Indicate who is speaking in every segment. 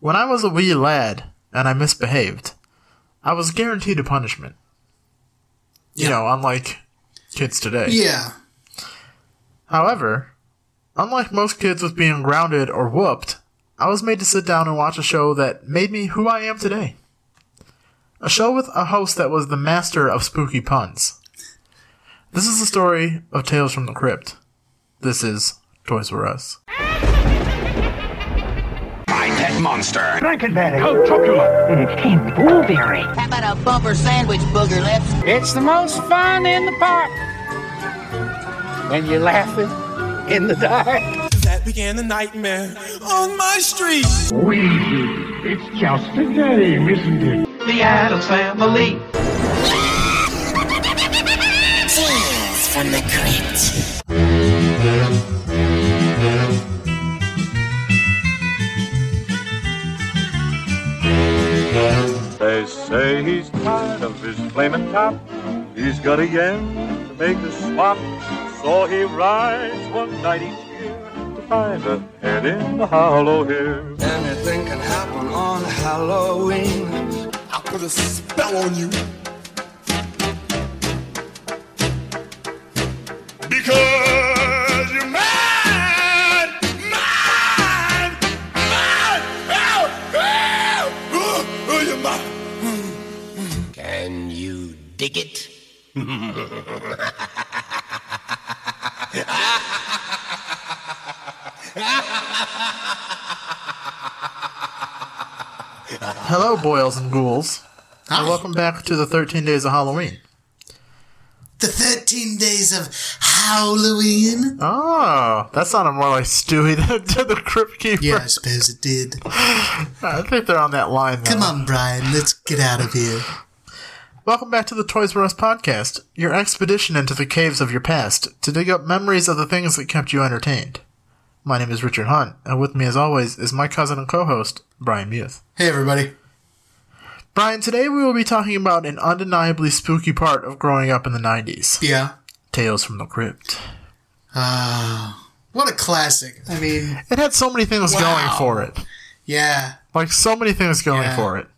Speaker 1: When I was a wee lad and I misbehaved, I was guaranteed a punishment. You
Speaker 2: Yeah.
Speaker 1: know, unlike kids today.
Speaker 2: Yeah.
Speaker 1: However, unlike most kids with being grounded or whooped, I was made to sit down and watch a show that made me who I am today. A show with a host that was the master of spooky puns. This is the story of Tales from the Crypt. This is Toys R Us.
Speaker 3: My pet monster.
Speaker 4: How about a bumper sandwich, booger lips?
Speaker 5: It's the most fun in the park when you're laughing in the dark.
Speaker 6: that began the nightmare on my street.
Speaker 7: They say he's tired of his flaming top. He's got a yen to make a swap. So he rides one night each year to find a head in the hollow here.
Speaker 3: Anything can happen on Halloween.
Speaker 6: I put a spell on you. Because you're mine, mine, mine. Ow, ow, ooh, ooh, you're mine.
Speaker 5: Can you dig it?
Speaker 1: Hello, boils and ghouls, and
Speaker 2: Hi.
Speaker 1: welcome back to the 13 Days of Halloween.
Speaker 2: The 13 days of Halloween.
Speaker 1: Oh, that sounded more like Stewie than to the Crypt Keeper.
Speaker 2: Yeah, I suppose it did.
Speaker 1: I think they're on that line. Though.
Speaker 2: Come on, Brian, let's get out of here.
Speaker 1: Welcome back to the Toys R Us podcast, your expedition into the caves of your past to dig up memories of the things that kept you entertained. My name is Richard Hunt, and with me, as always, is my cousin and co host, Brian Muth.
Speaker 2: Hey, everybody.
Speaker 1: Brian, today we will be talking about an undeniably spooky part of growing up in the 90s
Speaker 2: Yeah.
Speaker 1: Tales from the Crypt.
Speaker 2: Ah, What a classic. I mean,
Speaker 1: It had so many things
Speaker 2: Wow.
Speaker 1: going for it.
Speaker 2: yeah.
Speaker 1: Like, so many things going
Speaker 2: Yeah.
Speaker 1: for it.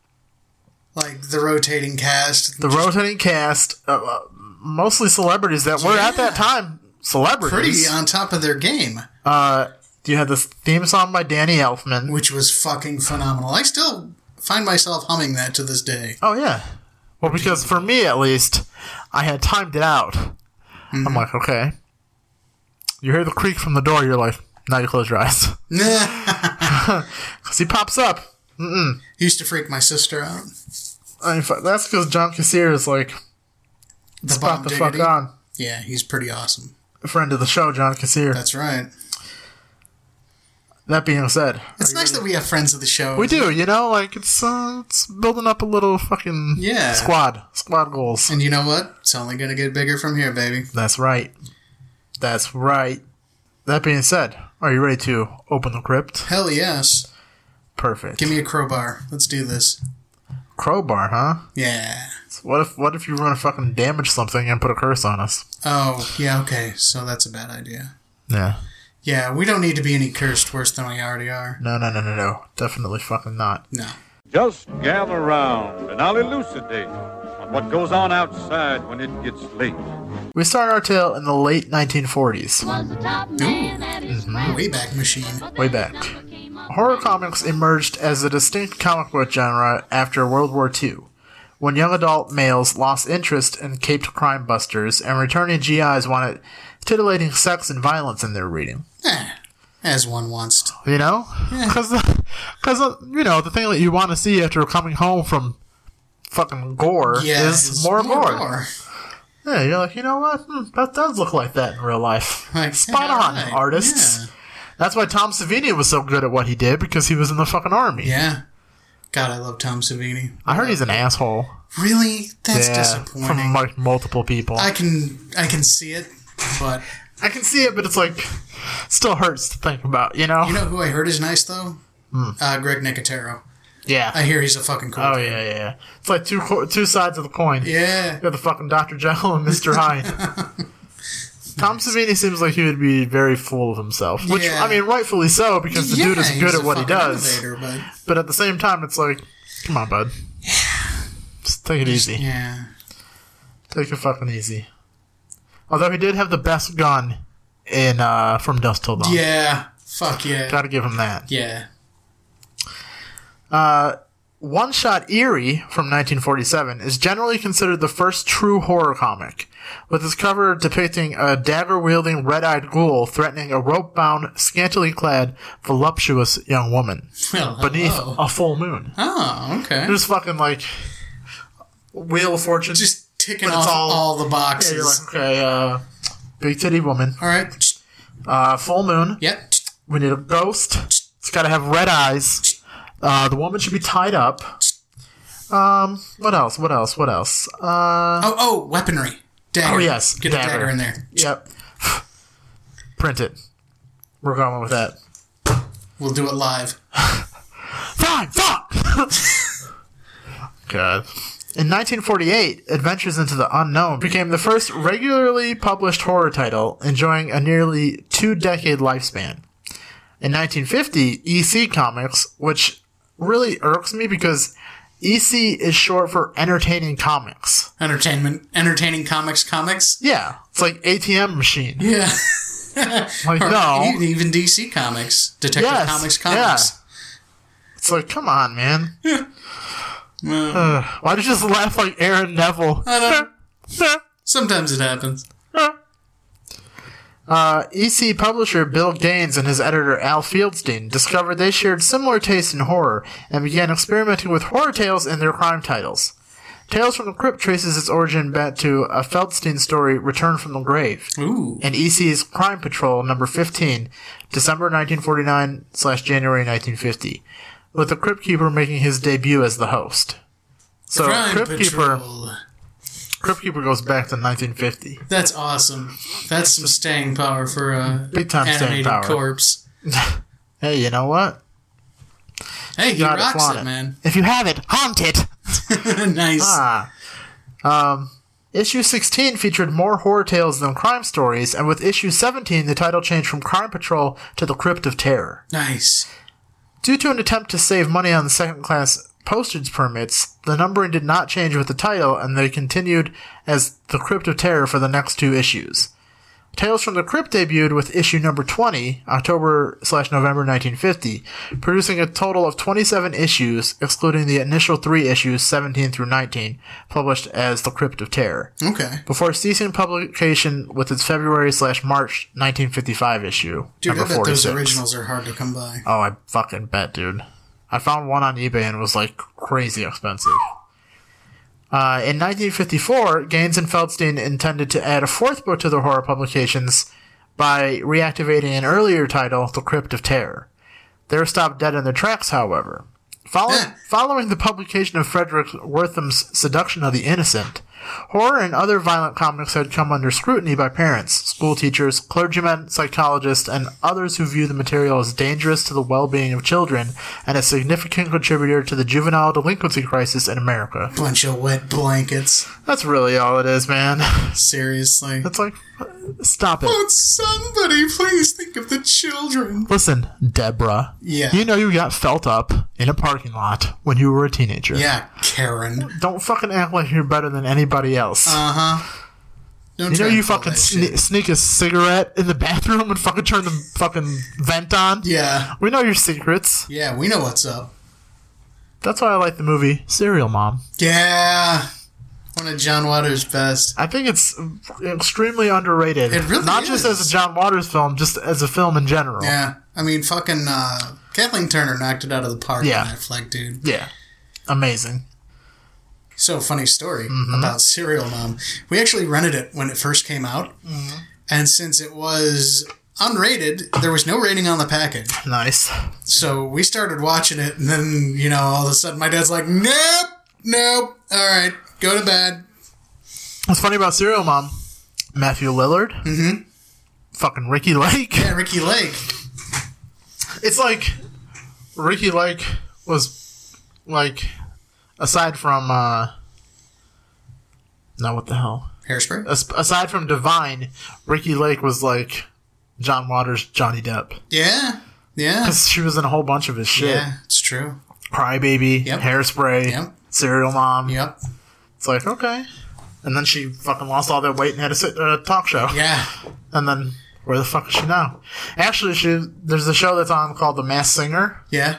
Speaker 2: Like the rotating cast.
Speaker 1: The rotating cast, uh, uh, mostly celebrities that were at that time
Speaker 2: Pretty
Speaker 1: celebrities.
Speaker 2: on top of their game,
Speaker 1: uh, you had this theme song by Danny Elfman.
Speaker 2: which was fucking phenomenal. I still find myself humming that to this day.
Speaker 1: Oh yeah. Well, because for me at least, I had timed it out. I'm like, okay. You hear the creak from the door. You're like, now you close your eyes. Cause he pops up.
Speaker 2: Used to freak my sister out.
Speaker 1: I mean, fu- that's because John Cassier is like,
Speaker 2: The
Speaker 1: pop
Speaker 2: Bob
Speaker 1: the fuck
Speaker 2: Diggity.
Speaker 1: on.
Speaker 2: Yeah, he's pretty awesome.
Speaker 1: A friend of the show, John Cassier.
Speaker 2: That's right.
Speaker 1: That being said,
Speaker 2: It's nice that we have friends of the show.
Speaker 1: we do. You know, like it's uh, it's building up a little fucking
Speaker 2: Yeah.
Speaker 1: squad squad goals.
Speaker 2: And you know what? It's only going to get bigger from here, baby.
Speaker 1: That's right. That's right. That being said, are you ready to open the crypt?
Speaker 2: Hell yes.
Speaker 1: Perfect.
Speaker 2: Give me a crowbar. Let's do this.
Speaker 1: crowbar, huh?
Speaker 2: Yeah.
Speaker 1: What if what if you were gonna fucking damage something and put a curse on us?
Speaker 2: Oh, yeah, okay. So that's a bad idea.
Speaker 1: Yeah.
Speaker 2: Yeah, we don't need to be any cursed worse than we already are.
Speaker 1: No, no, no, no, no. Definitely fucking not.
Speaker 2: No.
Speaker 7: Just gather round and I'll elucidate on what goes on outside when it gets late.
Speaker 1: We start our tale in the late 1940s.
Speaker 2: Wayback Machine.
Speaker 1: Way back. Horror comics emerged as a distinct comic book genre after World War II, when young adult males lost interest in caped crime busters and returning GIs wanted titillating sex and violence in their reading.
Speaker 2: Eh, as one wants to.
Speaker 1: You know? Because, you know, the thing that you want to see after coming home from fucking gore
Speaker 2: Yeah,
Speaker 1: is
Speaker 2: it's
Speaker 1: more, gore. Yeah, you're like, you know what? Hmm, that does look like that in real life.
Speaker 2: Like,
Speaker 1: Spot
Speaker 2: yeah,
Speaker 1: on,
Speaker 2: right.
Speaker 1: artists. That's why Tom Savini was so good at what he did because he was in the fucking army.
Speaker 2: Yeah. God, I love Tom Savini.
Speaker 1: I heard he's an asshole.
Speaker 2: Really? That's
Speaker 1: yeah,
Speaker 2: disappointing.
Speaker 1: From like multiple people.
Speaker 2: I
Speaker 1: I,
Speaker 2: can I can see it, but
Speaker 1: can see it, but it's like still hurts to think about. You know?
Speaker 2: you know who I heard is nice though? Uh, Greg Nicotero.
Speaker 1: yeah.
Speaker 2: I hear he's a fucking cool.
Speaker 1: Hmm. oh
Speaker 2: dude.
Speaker 1: yeah, yeah, yeah. It's like two co- two sides of the coin.
Speaker 2: Yeah.
Speaker 1: You're the fucking Dr. Jekyll and Mr. Hyde. Tom Savini seems like he would be very full of himself, which
Speaker 2: Yeah.
Speaker 1: I mean, rightfully so because the
Speaker 2: Yeah,
Speaker 1: dude is
Speaker 2: he
Speaker 1: good
Speaker 2: was
Speaker 1: at
Speaker 2: a
Speaker 1: what he
Speaker 2: fucking
Speaker 1: does.
Speaker 2: innovator, but
Speaker 1: But at the same time, it's like, come on, bud. Just take it easy.
Speaker 2: yeah,
Speaker 1: Take it fucking easy. Although he did have the best gun in uh, From Dust Till Dawn.
Speaker 2: yeah, fuck yeah,
Speaker 1: Gotta give him that.
Speaker 2: yeah.
Speaker 1: One Shot Eerie from 1947 is generally considered the first true horror comic, with its cover depicting a dagger wielding red eyed ghoul threatening a rope bound, scantily clad, voluptuous young woman
Speaker 2: Well,
Speaker 1: beneath
Speaker 2: hello.
Speaker 1: a full moon.
Speaker 2: Oh, okay.
Speaker 1: There's fucking like Wheel of Fortune.
Speaker 2: Just ticking
Speaker 1: But it's
Speaker 2: off
Speaker 1: all-
Speaker 2: all, the
Speaker 1: Yeah, you're
Speaker 2: boxes.
Speaker 1: like, okay, uh, big titty woman.
Speaker 2: all right.
Speaker 1: Uh, full moon.
Speaker 2: Yep.
Speaker 1: We need a ghost. It's got to have red eyes. Uh, the woman should be tied up. Um, what else? What else? What else? Uh,
Speaker 2: Oh, oh, weaponry. Dagger.
Speaker 1: Oh, yes,
Speaker 2: Get
Speaker 1: dagger.
Speaker 2: a dagger in there.
Speaker 1: yep. Print it. We're going with that.
Speaker 2: We'll do it live.
Speaker 1: Fine, fuck! God. In 1948, Adventures into the Unknown became the first regularly published horror title, enjoying a nearly two decade lifespan. In 1950, EC Comics, which really irks me because EC is short for Entertaining Comics.
Speaker 2: Entertainment. Entertaining comics. Comics.
Speaker 1: Yeah, it's like ATM machine.
Speaker 2: Yeah.
Speaker 1: Like, no.
Speaker 2: E- Even DC comics. Detective
Speaker 1: Yes,
Speaker 2: Comics.
Speaker 1: yeah.
Speaker 2: Comics.
Speaker 1: It's like, come on, man. Ugh, why did you just laugh like Aaron Neville?
Speaker 2: I don't- Sometimes it happens.
Speaker 1: EC E publisher Bill Gaines and his editor Al Fieldstein discovered they shared similar tastes in horror and began experimenting with horror tales in their crime titles. Tales from the Crypt traces its origin back to a Feldstein story, Return from the Grave,
Speaker 2: Ooh.
Speaker 1: and EC's Crime Patrol number 15, December 1949 slash January 1950, with the Crypt Keeper making his debut as the host. So
Speaker 2: Crime
Speaker 1: Crypt Keeper,
Speaker 2: Patrol.
Speaker 1: Crypt Keeper goes back to 1950.
Speaker 2: That's awesome. That's some staying power for a
Speaker 1: Big time staying
Speaker 2: animated
Speaker 1: power.
Speaker 2: corpse.
Speaker 1: Hey, you know what?
Speaker 2: Hey, he
Speaker 1: Gotta
Speaker 2: rocks
Speaker 1: flaunt
Speaker 2: it, man.
Speaker 1: If you have it, haunt it.
Speaker 2: nice.
Speaker 1: Ah. Um, issue 16 featured more horror tales than crime stories, and with issue 17, the title changed from Crime Patrol to The Crypt of Terror.
Speaker 2: Nice.
Speaker 1: Due to an attempt to save money on the second class postage permits, the numbering did not change with the title, and they continued as The Crypt of Terror for the next two issues. Tales from the Crypt debuted with issue number 20, October slash November 1950, producing a total of 27 issues, excluding the initial three issues, 17 through 19, published as The Crypt of Terror,
Speaker 2: Okay.
Speaker 1: before ceasing publication with its February slash March 1955 issue,
Speaker 2: Dude, I
Speaker 1: number
Speaker 2: bet those
Speaker 1: 46.
Speaker 2: originals are hard to come by.
Speaker 1: Oh, I fucking bet, dude. I found one on eBay and it was like crazy expensive. Uh, in 1954, Gaines and Feldstein intended to add a fourth book to their horror publications by reactivating an earlier title, The Crypt of Terror. They were stopped dead in their tracks, however. Following, following the publication of Frederick Wortham's Seduction of the Innocent, horror and other violent comics had come under scrutiny by parents, school teachers, clergymen, psychologists, and others who view the material as dangerous to the well being of children and a significant contributor to the juvenile delinquency crisis in America.
Speaker 2: Bunch of wet blankets.
Speaker 1: That's really all it is, man.
Speaker 2: Seriously.
Speaker 1: It's like, stop it.
Speaker 2: But somebody please think of the children.
Speaker 1: Listen, Deborah.
Speaker 2: Yeah.
Speaker 1: You know you got felt up in a parking lot when you were a teenager.
Speaker 2: Yeah, Karen.
Speaker 1: Don't fucking act like you're better than anybody else.
Speaker 2: Uh, Uh-huh. Don't
Speaker 1: you know
Speaker 2: try and
Speaker 1: you
Speaker 2: pull
Speaker 1: fucking
Speaker 2: that shit.
Speaker 1: sne- sneak a cigarette in the bathroom and fucking turn the fucking vent on.
Speaker 2: Yeah.
Speaker 1: We know your secrets.
Speaker 2: Yeah, we know what's up.
Speaker 1: That's why I like the movie Serial Mom.
Speaker 2: Yeah. One of John Waters' best.
Speaker 1: I think it's extremely underrated.
Speaker 2: It really
Speaker 1: Not just
Speaker 2: is.
Speaker 1: as a John Waters film, just as a film in general.
Speaker 2: Yeah. I mean, fucking uh, Kathleen Turner knocked it out of the park
Speaker 1: Yeah.
Speaker 2: on that flag, dude.
Speaker 1: Yeah. Amazing.
Speaker 2: So funny story
Speaker 1: Mm-hmm.
Speaker 2: about Serial Mom. We actually rented it when it first came out,
Speaker 1: Mm-hmm.
Speaker 2: and since it was unrated, there was no rating on the package.
Speaker 1: Nice.
Speaker 2: So we started watching it, and then you know, all of a sudden, my dad's like, "Nope, nope, all right, go to bed."
Speaker 1: What's funny about Serial Mom? Matthew Lillard. Mm-hmm. Fucking Ricky Lake.
Speaker 2: Yeah, Ricky Lake.
Speaker 1: It's like Ricky Lake was like aside from uh no what the hell?
Speaker 2: Hairspray.
Speaker 1: As- aside from Divine, Ricky Lake was like John Waters, Johnny Depp.
Speaker 2: Yeah, yeah,
Speaker 1: 'Cause She was in a whole bunch of his shit.
Speaker 2: yeah. It's true.
Speaker 1: Crybaby,
Speaker 2: Yep.
Speaker 1: Hairspray,
Speaker 2: Yep.
Speaker 1: Serial Mom.
Speaker 2: Yep.
Speaker 1: It's like, okay. And then she fucking lost all that weight and had a sit- uh, talk show.
Speaker 2: Yeah.
Speaker 1: And then, where the fuck is she now? Actually, she there's a show that's on called The Masked Singer,
Speaker 2: Yeah.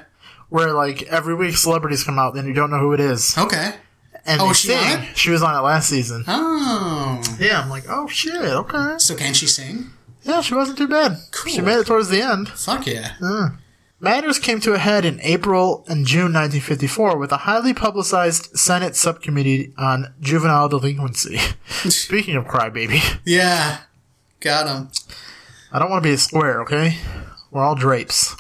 Speaker 1: where like every week celebrities come out and you don't know who it is.
Speaker 2: Okay.
Speaker 1: And
Speaker 2: Oh,
Speaker 1: they
Speaker 2: was she on
Speaker 1: sing.
Speaker 2: it?
Speaker 1: She was on it last season.
Speaker 2: Oh.
Speaker 1: Yeah, I'm like, oh shit, okay.
Speaker 2: So can she sing?
Speaker 1: Yeah, she wasn't too bad.
Speaker 2: Cool.
Speaker 1: She made it towards the end.
Speaker 2: Fuck yeah.
Speaker 1: Matters came to a head in April and June 1954 with a highly publicized Senate subcommittee on juvenile delinquency. Speaking of crybaby,
Speaker 2: Yeah. Got him.
Speaker 1: I don't want to be a square, okay? We're all drapes.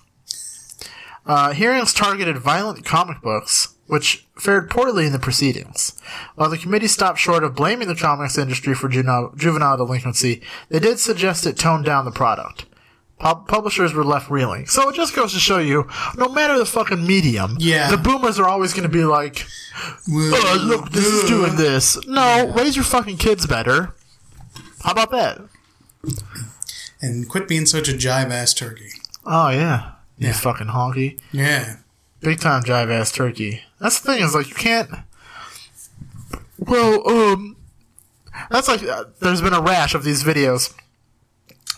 Speaker 1: Uh, hearings targeted violent comic books, which fared poorly in the proceedings. While the committee stopped short of blaming the comics industry for juvenile, juvenile delinquency, they did suggest it toned down the product. Pub- publishers were left reeling. So it just goes to show you, no matter the fucking medium,
Speaker 2: Yeah.
Speaker 1: the boomers are always going to be like, oh, look, this is doing this. No, raise your fucking kids better. How about that?
Speaker 2: And quit being such a jive ass turkey.
Speaker 1: Oh, yeah. You
Speaker 2: Yeah.
Speaker 1: fucking honky.
Speaker 2: Yeah.
Speaker 1: big time jive ass turkey. That's the thing is like you can't. Well, um, that's like uh, there's been a rash of these videos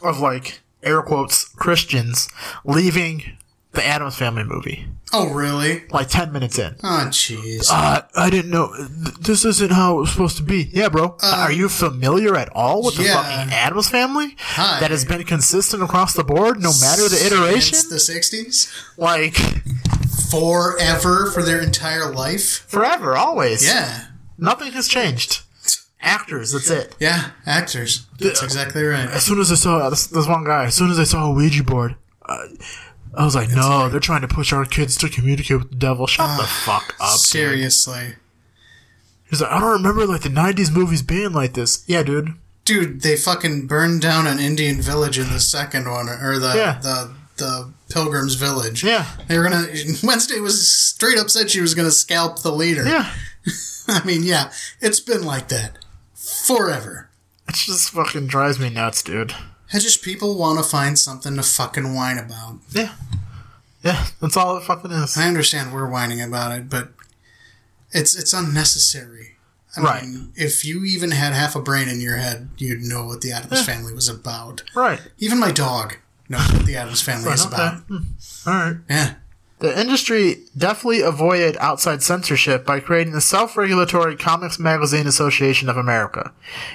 Speaker 1: of like air quotes Christians leaving the Adams Family movie
Speaker 2: Oh really?
Speaker 1: like ten minutes in.
Speaker 2: Oh jeez.
Speaker 1: Uh, I didn't know th- this isn't how it was supposed to be. Yeah, bro. Are you familiar at all with
Speaker 2: Uh, yeah.
Speaker 1: the fucking Adams Family
Speaker 2: Hi.
Speaker 1: that has been consistent across the board, no matter the iteration?
Speaker 2: Since the '60s,
Speaker 1: like
Speaker 2: forever for their entire life.
Speaker 1: forever, always.
Speaker 2: Yeah.
Speaker 1: Nothing has changed. Actors, that's it.
Speaker 2: Yeah. Actors. That's exactly right.
Speaker 1: As soon as I saw this, this one guy, as soon as I saw a Ouija board, uh, I was like, no, they're trying to push our kids to communicate with the devil. Shut the fuck up. dude.
Speaker 2: Seriously.
Speaker 1: He's like, I don't remember like the '90s movies being like this. Yeah, dude.
Speaker 2: Dude, they fucking burned down an Indian village in the second one, or the
Speaker 1: Yeah.
Speaker 2: the the Pilgrim's Village.
Speaker 1: Yeah,
Speaker 2: They were gonna. Wednesday was straight up said she was gonna scalp the leader.
Speaker 1: yeah.
Speaker 2: I mean, yeah, it's been like that forever.
Speaker 1: It just fucking drives me nuts, dude.
Speaker 2: And just people want to find something to fucking whine about.
Speaker 1: Yeah, yeah. That's all it fucking is.
Speaker 2: I understand we're whining about it, but it's it's unnecessary. I
Speaker 1: Right.
Speaker 2: mean, if you even had half a brain in your head, you'd know what the Adams Family was about.
Speaker 1: Right.
Speaker 2: Even my dog knows what the Adams Family is
Speaker 1: okay. Hmm.
Speaker 2: about.
Speaker 1: All right.
Speaker 2: Yeah.
Speaker 1: The industry deftly avoided outside censorship by creating the self regulatory Comics Magazine Association of America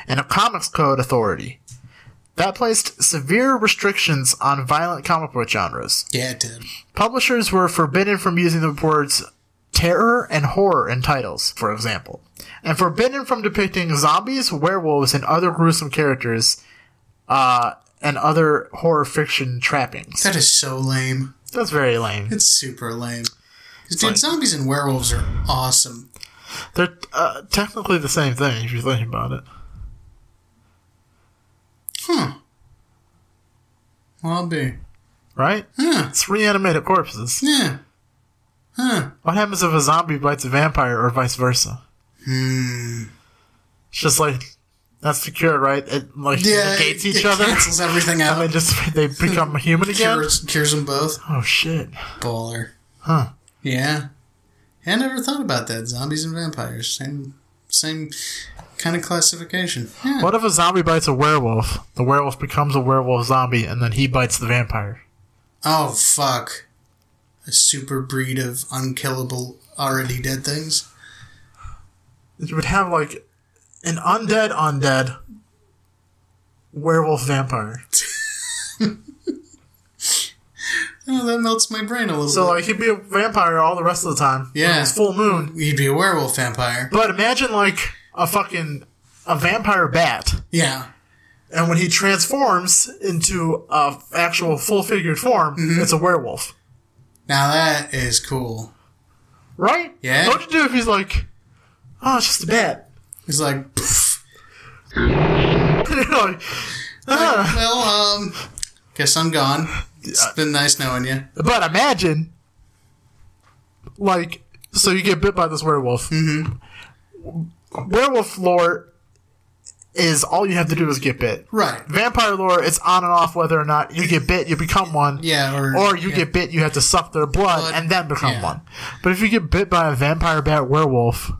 Speaker 1: and a Comics Code Authority. That placed severe restrictions on violent comic book genres.
Speaker 2: Yeah, it did.
Speaker 1: Publishers were forbidden from using the words terror and horror in titles, for example, and forbidden from depicting zombies, werewolves, and other gruesome characters, uh, and other horror fiction trappings.
Speaker 2: That is so lame.
Speaker 1: That's very lame.
Speaker 2: It's super lame. 'Cause, dude, zombies and werewolves are awesome.
Speaker 1: They're uh, technically the same thing if you think about it.
Speaker 2: Well, I'll be.
Speaker 1: Right?
Speaker 2: Yeah.
Speaker 1: It's reanimated corpses.
Speaker 2: Yeah.
Speaker 1: What happens if a zombie bites a vampire or vice versa?
Speaker 2: Hmm.
Speaker 1: It's just like that's the cure, right? It like
Speaker 2: Yeah.
Speaker 1: negates
Speaker 2: it-
Speaker 1: each
Speaker 2: it
Speaker 1: other.
Speaker 2: Cancels everything
Speaker 1: And
Speaker 2: out.
Speaker 1: then just they become human again.
Speaker 2: Cures, cures them both.
Speaker 1: Oh shit.
Speaker 2: Baller.
Speaker 1: Huh.
Speaker 2: Yeah. I never thought about that. Zombies and vampires. Same same kind of classification. Yeah.
Speaker 1: What if a zombie bites a werewolf? The werewolf becomes a werewolf zombie and then he bites the vampire.
Speaker 2: Oh, fuck. A super breed of unkillable, already dead things.
Speaker 1: You would have like an undead undead werewolf vampire.
Speaker 2: Oh, that melts my brain a little
Speaker 1: So
Speaker 2: bit.
Speaker 1: like he'd be a vampire all the rest of the time.
Speaker 2: Yeah.
Speaker 1: When It's full moon.
Speaker 2: You'd be a werewolf vampire.
Speaker 1: But imagine like a fucking a vampire bat,
Speaker 2: Yeah.
Speaker 1: and when he transforms into a actual full figured form, it's a werewolf,
Speaker 2: Now that is cool.
Speaker 1: right?
Speaker 2: Yeah.
Speaker 1: What would you do if he's like, oh, it's just a bat?
Speaker 2: It's like, poof.
Speaker 1: You're like,
Speaker 2: well, um, guess I'm gone. It's been nice knowing you.
Speaker 1: but imagine, like, so you get bit by this werewolf. Werewolf lore is all you have to do is get bit.
Speaker 2: Right.
Speaker 1: Vampire lore, it's on and off whether or not you get bit, you become one.
Speaker 2: Yeah, or-
Speaker 1: you
Speaker 2: yeah.
Speaker 1: get bit, you have to suck their blood,
Speaker 2: Blood,
Speaker 1: and then become
Speaker 2: yeah.
Speaker 1: one. But if you get bit by a vampire bat werewolf,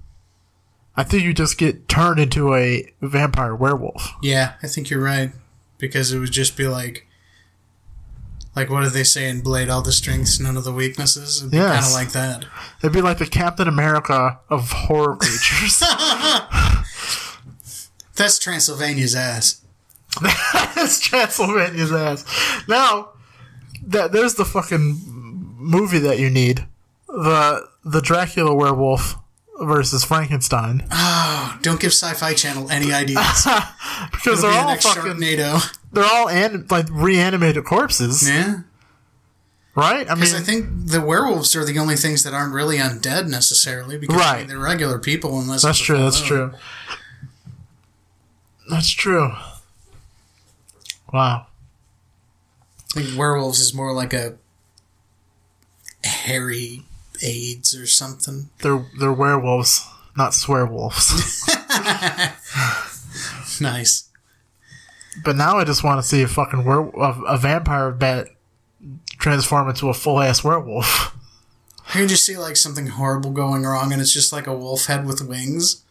Speaker 1: I think you just get turned into a vampire werewolf.
Speaker 2: Yeah, I think you're right. Because it would just be like, like what do they say in Blade? All the strengths, none of the weaknesses. It'd be
Speaker 1: Yes.
Speaker 2: kind of like that.
Speaker 1: It'd be like the Captain America of horror creatures.
Speaker 2: That's Transylvania's ass.
Speaker 1: That's Transylvania's ass. Now, that there's the fucking movie that you need. The the Dracula werewolf versus Frankenstein.
Speaker 2: Ah, Don't give Sci-Fi Channel any ideas.
Speaker 1: Because they're
Speaker 2: It'll be the
Speaker 1: all
Speaker 2: next
Speaker 1: fucking
Speaker 2: Sharknado.
Speaker 1: they're all an, like reanimated corpses,
Speaker 2: Yeah,
Speaker 1: right? I mean,
Speaker 2: because I think the werewolves are the only things that aren't really undead necessarily. Because I mean,
Speaker 1: Right.
Speaker 2: they're regular people unless
Speaker 1: that's
Speaker 2: it's
Speaker 1: true.
Speaker 2: a
Speaker 1: That's
Speaker 2: clone.
Speaker 1: true. That's true. Wow.
Speaker 2: I think werewolves is more like a hairy AIDS or something.
Speaker 1: They're they're werewolves, not swearwolves.
Speaker 2: Nice.
Speaker 1: but now I just want to see a fucking were- a, a vampire bat transform into a full ass werewolf.
Speaker 2: I can just see like something horrible going wrong, and it's just like a wolf head with wings.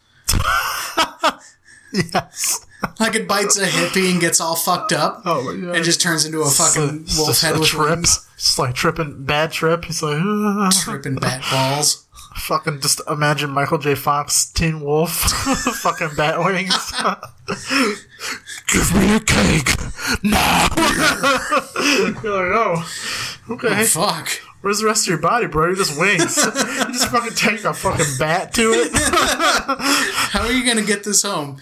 Speaker 1: Yes.
Speaker 2: Like it bites a hippie and gets all fucked up,
Speaker 1: Oh my god.
Speaker 2: and just turns into a fucking
Speaker 1: It's
Speaker 2: wolf
Speaker 1: just
Speaker 2: head
Speaker 1: a
Speaker 2: with
Speaker 1: trip.
Speaker 2: wings,
Speaker 1: Just like tripping, bad trip. He's like, "Ah." "Ugh."
Speaker 2: ripping bat balls.
Speaker 1: fucking just imagine Michael J. Fox, Teen Wolf, fucking bat wings. Give me a cake. No. You're like, oh, okay.
Speaker 2: Fuck.
Speaker 1: Where's the rest of your body, bro? You're just wings. you just fucking take a fucking bat to it.
Speaker 2: How are you gonna get this home?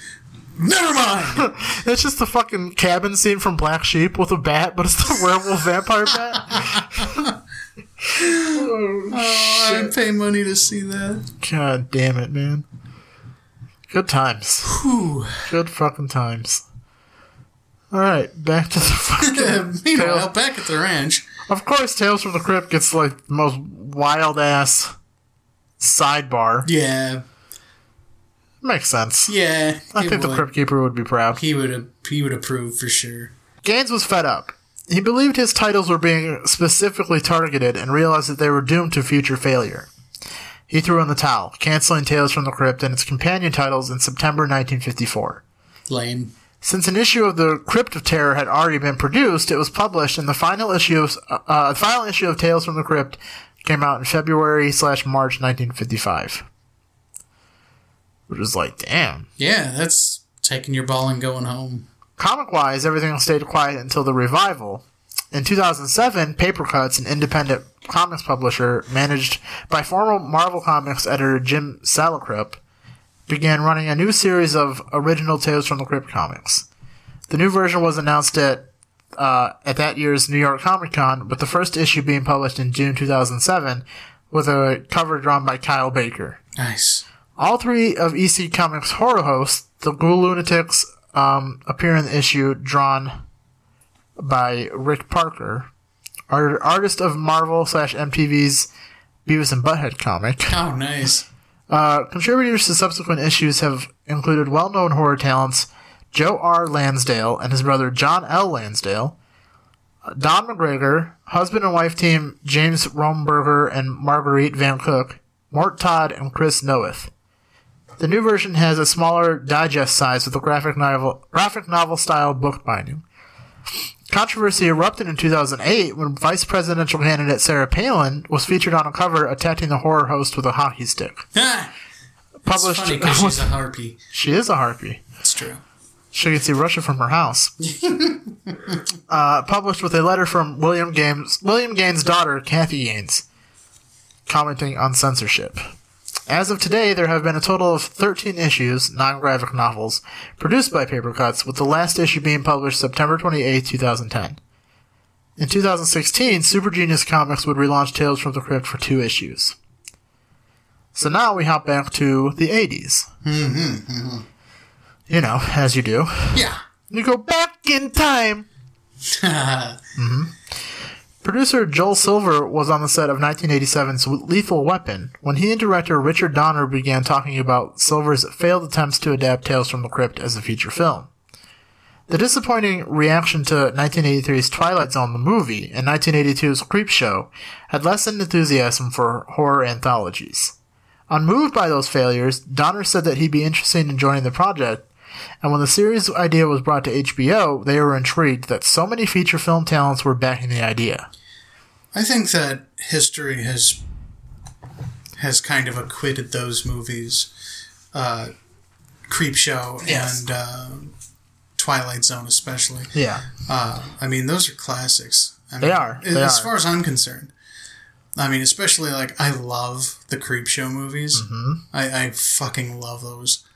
Speaker 2: Never mind.
Speaker 1: That's just the fucking cabin scene from Black Sheep with a bat, but it's the werewolf vampire bat. Oh,
Speaker 2: I pay money to see that.
Speaker 1: God damn it, man. Good times. Good fucking times. All right, back to the fucking.
Speaker 2: Meanwhile, back at the ranch,
Speaker 1: Of course, Tales from the Crypt gets like the most wild ass sidebar.
Speaker 2: yeah,
Speaker 1: Makes sense.
Speaker 2: yeah.
Speaker 1: I
Speaker 2: he
Speaker 1: think the
Speaker 2: would.
Speaker 1: Crypt Keeper would be proud.
Speaker 2: he would he would approve for sure.
Speaker 1: Gaines was fed up. He believed his titles were being specifically targeted and realized that they were doomed to future failure. He threw in the towel, canceling Tales from the Crypt and its companion titles in September 1954.
Speaker 2: Lame.
Speaker 1: Since an issue of the Crypt of Terror had already been produced, it was published, and the final issue of, uh, uh, the final issue of Tales from the Crypt came out in February slash March 1955. Which is like, damn.
Speaker 2: Yeah, that's taking your ball and going home.
Speaker 1: Comic wise, everything stayed quiet until the revival. In 2007, Papercuts, an independent comics publisher managed by former Marvel Comics editor Jim Salakrup, began running a new series of original Tales from the Crypt comics. The new version was announced at uh, at that year's New York Comic Con, with the first issue being published in June 2007, with a cover drawn by Kyle Baker.
Speaker 2: Nice.
Speaker 1: All three of EC Comics' horror hosts, the Ghoul Lunatics, um, appear in the issue drawn by Rick Parker, art- artist of Marvel slash MTV's Beavis and Butthead comic.
Speaker 2: Oh, nice.
Speaker 1: Uh, contributors to subsequent issues have included well-known horror talents Joe R. Lansdale and his brother John L. Lansdale, uh, Don McGregor, husband and wife team James Romberger and Marguerite Van Cook, Mort Todd, and Chris Noeth. The new version has a smaller digest size with a graphic novel graphic novel style bookbinding. Controversy erupted in 2008 when vice presidential candidate Sarah Palin was featured on a cover attacking the horror host with a hockey stick
Speaker 2: Ah, it's
Speaker 1: published.
Speaker 2: funny because she's a harpy.
Speaker 1: she is a harpy.
Speaker 2: It's true.
Speaker 1: She can see Russia from her house. uh, published with a letter from William Gaines, William Gaines' daughter, Kathy Gaines, commenting on censorship. As of today, there have been a total of 13 issues, non graphic novels, produced by Papercuts, with the last issue being published September 28, 2010. In 2016, Super Genius Comics would relaunch Tales from the Crypt for two issues. So now we hop back to the 80s. Mm-hmm, You know, as you do.
Speaker 2: Yeah.
Speaker 1: You go back in time. Producer Joel Silver was on the set of 1987's Lethal Weapon when he and director Richard Donner began talking about Silver's failed attempts to adapt Tales from the Crypt as a feature film. The disappointing reaction to 1983's Twilight Zone the movie and 1982's Creepshow had lessened enthusiasm for horror anthologies. Unmoved by those failures, Donner said that he'd be interested in joining the project, and when the series idea was brought to HBO, they were intrigued that so many feature film talents were backing the idea.
Speaker 2: I think that history has has kind of acquitted those movies, uh, Creepshow
Speaker 1: Yes.
Speaker 2: and uh, Twilight Zone, especially.
Speaker 1: Yeah.
Speaker 2: Uh, I mean, those are classics. I
Speaker 1: They
Speaker 2: mean,
Speaker 1: are.
Speaker 2: As,
Speaker 1: They
Speaker 2: as
Speaker 1: are.
Speaker 2: far as I'm concerned, I mean, especially like I love the Creep Show movies. Mm-hmm. I, I fucking love those.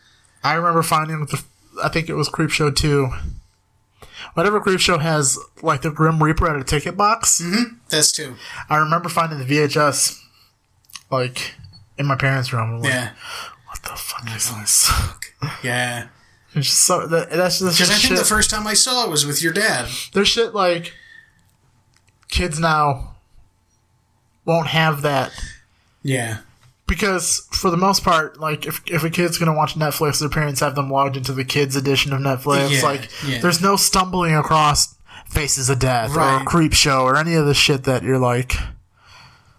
Speaker 1: I remember finding the, I think it was Creepshow 2. Whatever Creepshow has, like the Grim Reaper at a ticket box,
Speaker 2: Mm-hmm. That's too.
Speaker 1: I remember finding the VHS, like, in my parents' room. I'm like,
Speaker 2: Yeah,
Speaker 1: what the fuck is this?
Speaker 2: yeah.
Speaker 1: It's just so, that, that's just
Speaker 2: Because I
Speaker 1: shit.
Speaker 2: think the first time I saw it was with your dad.
Speaker 1: There's shit like, kids now won't have that.
Speaker 2: Yeah,
Speaker 1: because for the most part, like if, if a kid's gonna watch Netflix, their parents have them logged into the kids edition of Netflix.
Speaker 2: Yeah,
Speaker 1: like
Speaker 2: yeah.
Speaker 1: there's no stumbling across Faces of Death or
Speaker 2: Right.
Speaker 1: Creep Show or any of the shit that you're like.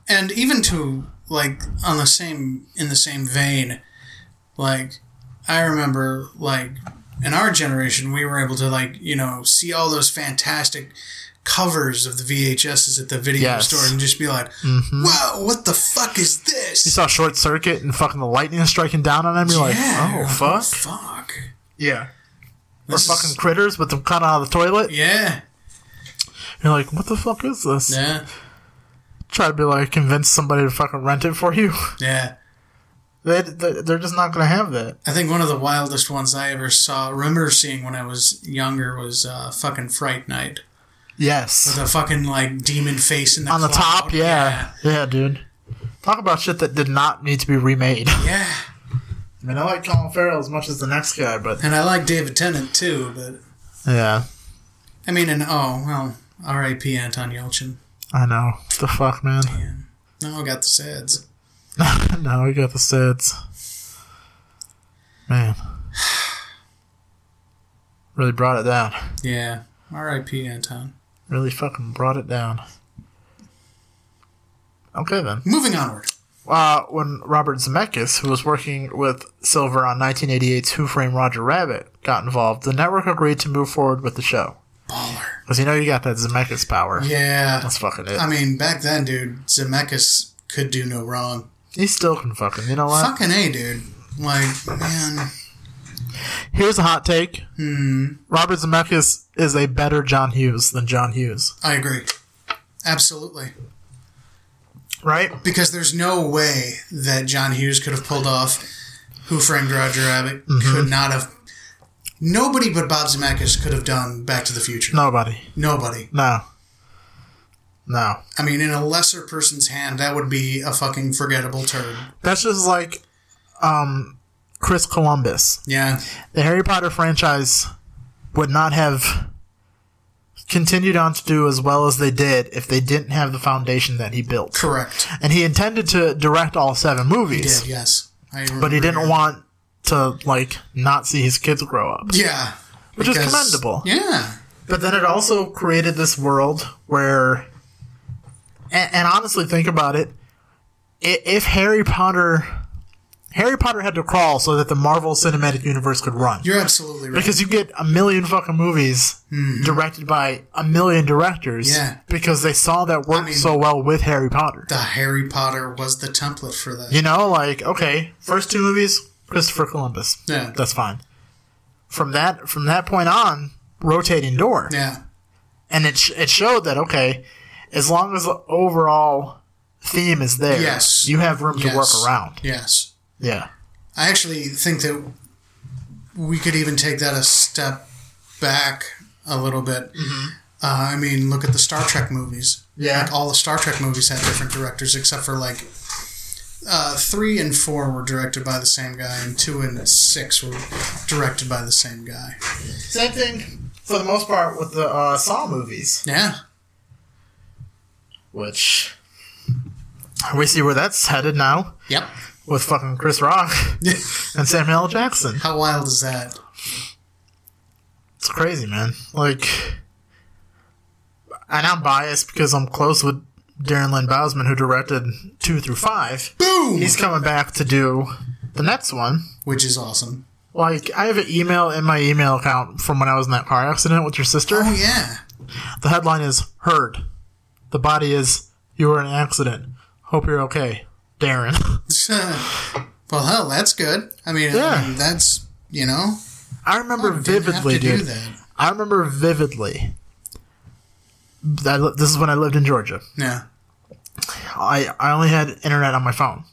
Speaker 2: and even to like on the same in the same vein, like I remember like in our generation we were able to like you know see all those fantastic covers of the VHSs at the video
Speaker 1: Yes. Mm-hmm.
Speaker 2: store and just be like, "Wow, what the fuck is
Speaker 1: You
Speaker 2: this?"
Speaker 1: saw Short Circuit and fucking the lightning striking down on him. You're like,
Speaker 2: Yeah,
Speaker 1: oh
Speaker 2: what
Speaker 1: fuck,
Speaker 2: the fuck,
Speaker 1: yeah. Or
Speaker 2: This is-
Speaker 1: fucking critters with them kind of out of the toilet.
Speaker 2: yeah,
Speaker 1: You're like, what the fuck is this?
Speaker 2: yeah,
Speaker 1: Try to be like convince somebody to fucking rent it for you.
Speaker 2: yeah.
Speaker 1: They, they they're just not gonna have that.
Speaker 2: I think one of the wildest ones I ever saw, remember seeing when I was younger, was uh, fucking Fright Night.
Speaker 1: Yes.
Speaker 2: The fucking like demon face in the
Speaker 1: on the
Speaker 2: cloud.
Speaker 1: top. Yeah. yeah, dude. Talk about shit that did not need to be remade. I
Speaker 2: yeah.
Speaker 1: mean, I like Colin Farrell as much as the next guy, but
Speaker 2: And I like David Tennant too, but
Speaker 1: yeah,
Speaker 2: I mean, and oh well, R.I.P. Anton Yelchin.
Speaker 1: I know the fuck, man.
Speaker 2: Now I got the sads.
Speaker 1: now we got the stats, man. Really brought it down.
Speaker 2: Yeah, R.I.P. Anton.
Speaker 1: Really fucking brought it down. Okay then.
Speaker 2: Moving onward.
Speaker 1: uh, when Robert Zemeckis, who was working with Silver on 1988's Who Framed Roger Rabbit, got involved, the network agreed to move forward with the show.
Speaker 2: Baller.
Speaker 1: Because you know you got that Zemeckis power.
Speaker 2: Yeah,
Speaker 1: That's fucking it.
Speaker 2: I mean, back then, dude, Zemeckis could do no wrong.
Speaker 1: he still can fucking, you know what?
Speaker 2: Fucking a, dude. Like, man,
Speaker 1: Here's a hot take.
Speaker 2: Hmm.
Speaker 1: Robert Zemeckis is a better John Hughes than John Hughes.
Speaker 2: I agree. Absolutely.
Speaker 1: Right?
Speaker 2: because there's no way that John Hughes could have pulled off Who Framed Roger Rabbit. Could not have. Nobody but Bob Zemeckis could have done Back to the Future.
Speaker 1: Nobody.
Speaker 2: Nobody.
Speaker 1: No. No.
Speaker 2: I mean, in a lesser person's hand, that would be a fucking forgettable turd.
Speaker 1: That's just like um, Chris Columbus.
Speaker 2: Yeah,
Speaker 1: the Harry Potter franchise would not have continued on to do as well as they did if they didn't have the foundation that he built.
Speaker 2: correct.
Speaker 1: And he intended to direct all seven movies,
Speaker 2: Did yes,
Speaker 1: but
Speaker 2: I
Speaker 1: he
Speaker 2: remember
Speaker 1: didn't
Speaker 2: your-
Speaker 1: want to like not see his kids grow up,
Speaker 2: Yeah,
Speaker 1: which is
Speaker 2: because-
Speaker 1: commendable.
Speaker 2: Yeah,
Speaker 1: But then it also created this world where, and, and honestly, think about it. I- If Harry Potter, Harry Potter had to crawl so that the Marvel Cinematic Universe could run.
Speaker 2: you're absolutely right.
Speaker 1: Because you get a million fucking movies directed by a million directors.
Speaker 2: Mm-hmm. Yeah.
Speaker 1: Because they saw that worked
Speaker 2: mean-
Speaker 1: so well with Harry Potter.
Speaker 2: the Harry Potter was the template for that.
Speaker 1: you know, like, okay, first two movies, Christopher Columbus.
Speaker 2: Yeah.
Speaker 1: That's fine. From that from that point on, rotating door.
Speaker 2: Yeah,
Speaker 1: And it, sh- it showed that, okay, as long as the overall theme is there,
Speaker 2: Yes.
Speaker 1: you have room to work
Speaker 2: Yes.
Speaker 1: around.
Speaker 2: yes.
Speaker 1: Yeah.
Speaker 2: I actually think that we could even take that a step back a little bit.
Speaker 1: Mm-hmm.
Speaker 2: Uh, I mean, look at the Star Trek movies.
Speaker 1: Yeah.
Speaker 2: Like, all the Star Trek movies had different directors, except for like uh, three and four were directed by the same guy, and two and six were directed by the same guy.
Speaker 1: Same thing, for the most part, with the uh, Saw movies.
Speaker 2: Yeah.
Speaker 1: Which we see where that's headed now
Speaker 2: Yep.
Speaker 1: with fucking Chris Rock and Samuel L. Jackson.
Speaker 2: How wild is that?
Speaker 1: It's crazy, man. Like, and I'm biased because I'm close with Darren Lynn Bousman, who directed two through five.
Speaker 2: Boom!
Speaker 1: He's coming back to do the next one.
Speaker 2: Which is awesome.
Speaker 1: Like, I have an email in my email account from when I was in that car accident with your sister.
Speaker 2: Oh yeah.
Speaker 1: The headline is Heard. The body is You were in an accident. Hope you're okay. Darren.
Speaker 2: well, hell, that's good. I mean,
Speaker 1: Yeah.
Speaker 2: I mean, that's you know,
Speaker 1: I remember
Speaker 2: didn't Oh, have
Speaker 1: vividly,
Speaker 2: to do
Speaker 1: dude.
Speaker 2: that.
Speaker 1: I remember vividly. I li- this is when I lived in Georgia.
Speaker 2: Yeah.
Speaker 1: I, I only had internet on my phone.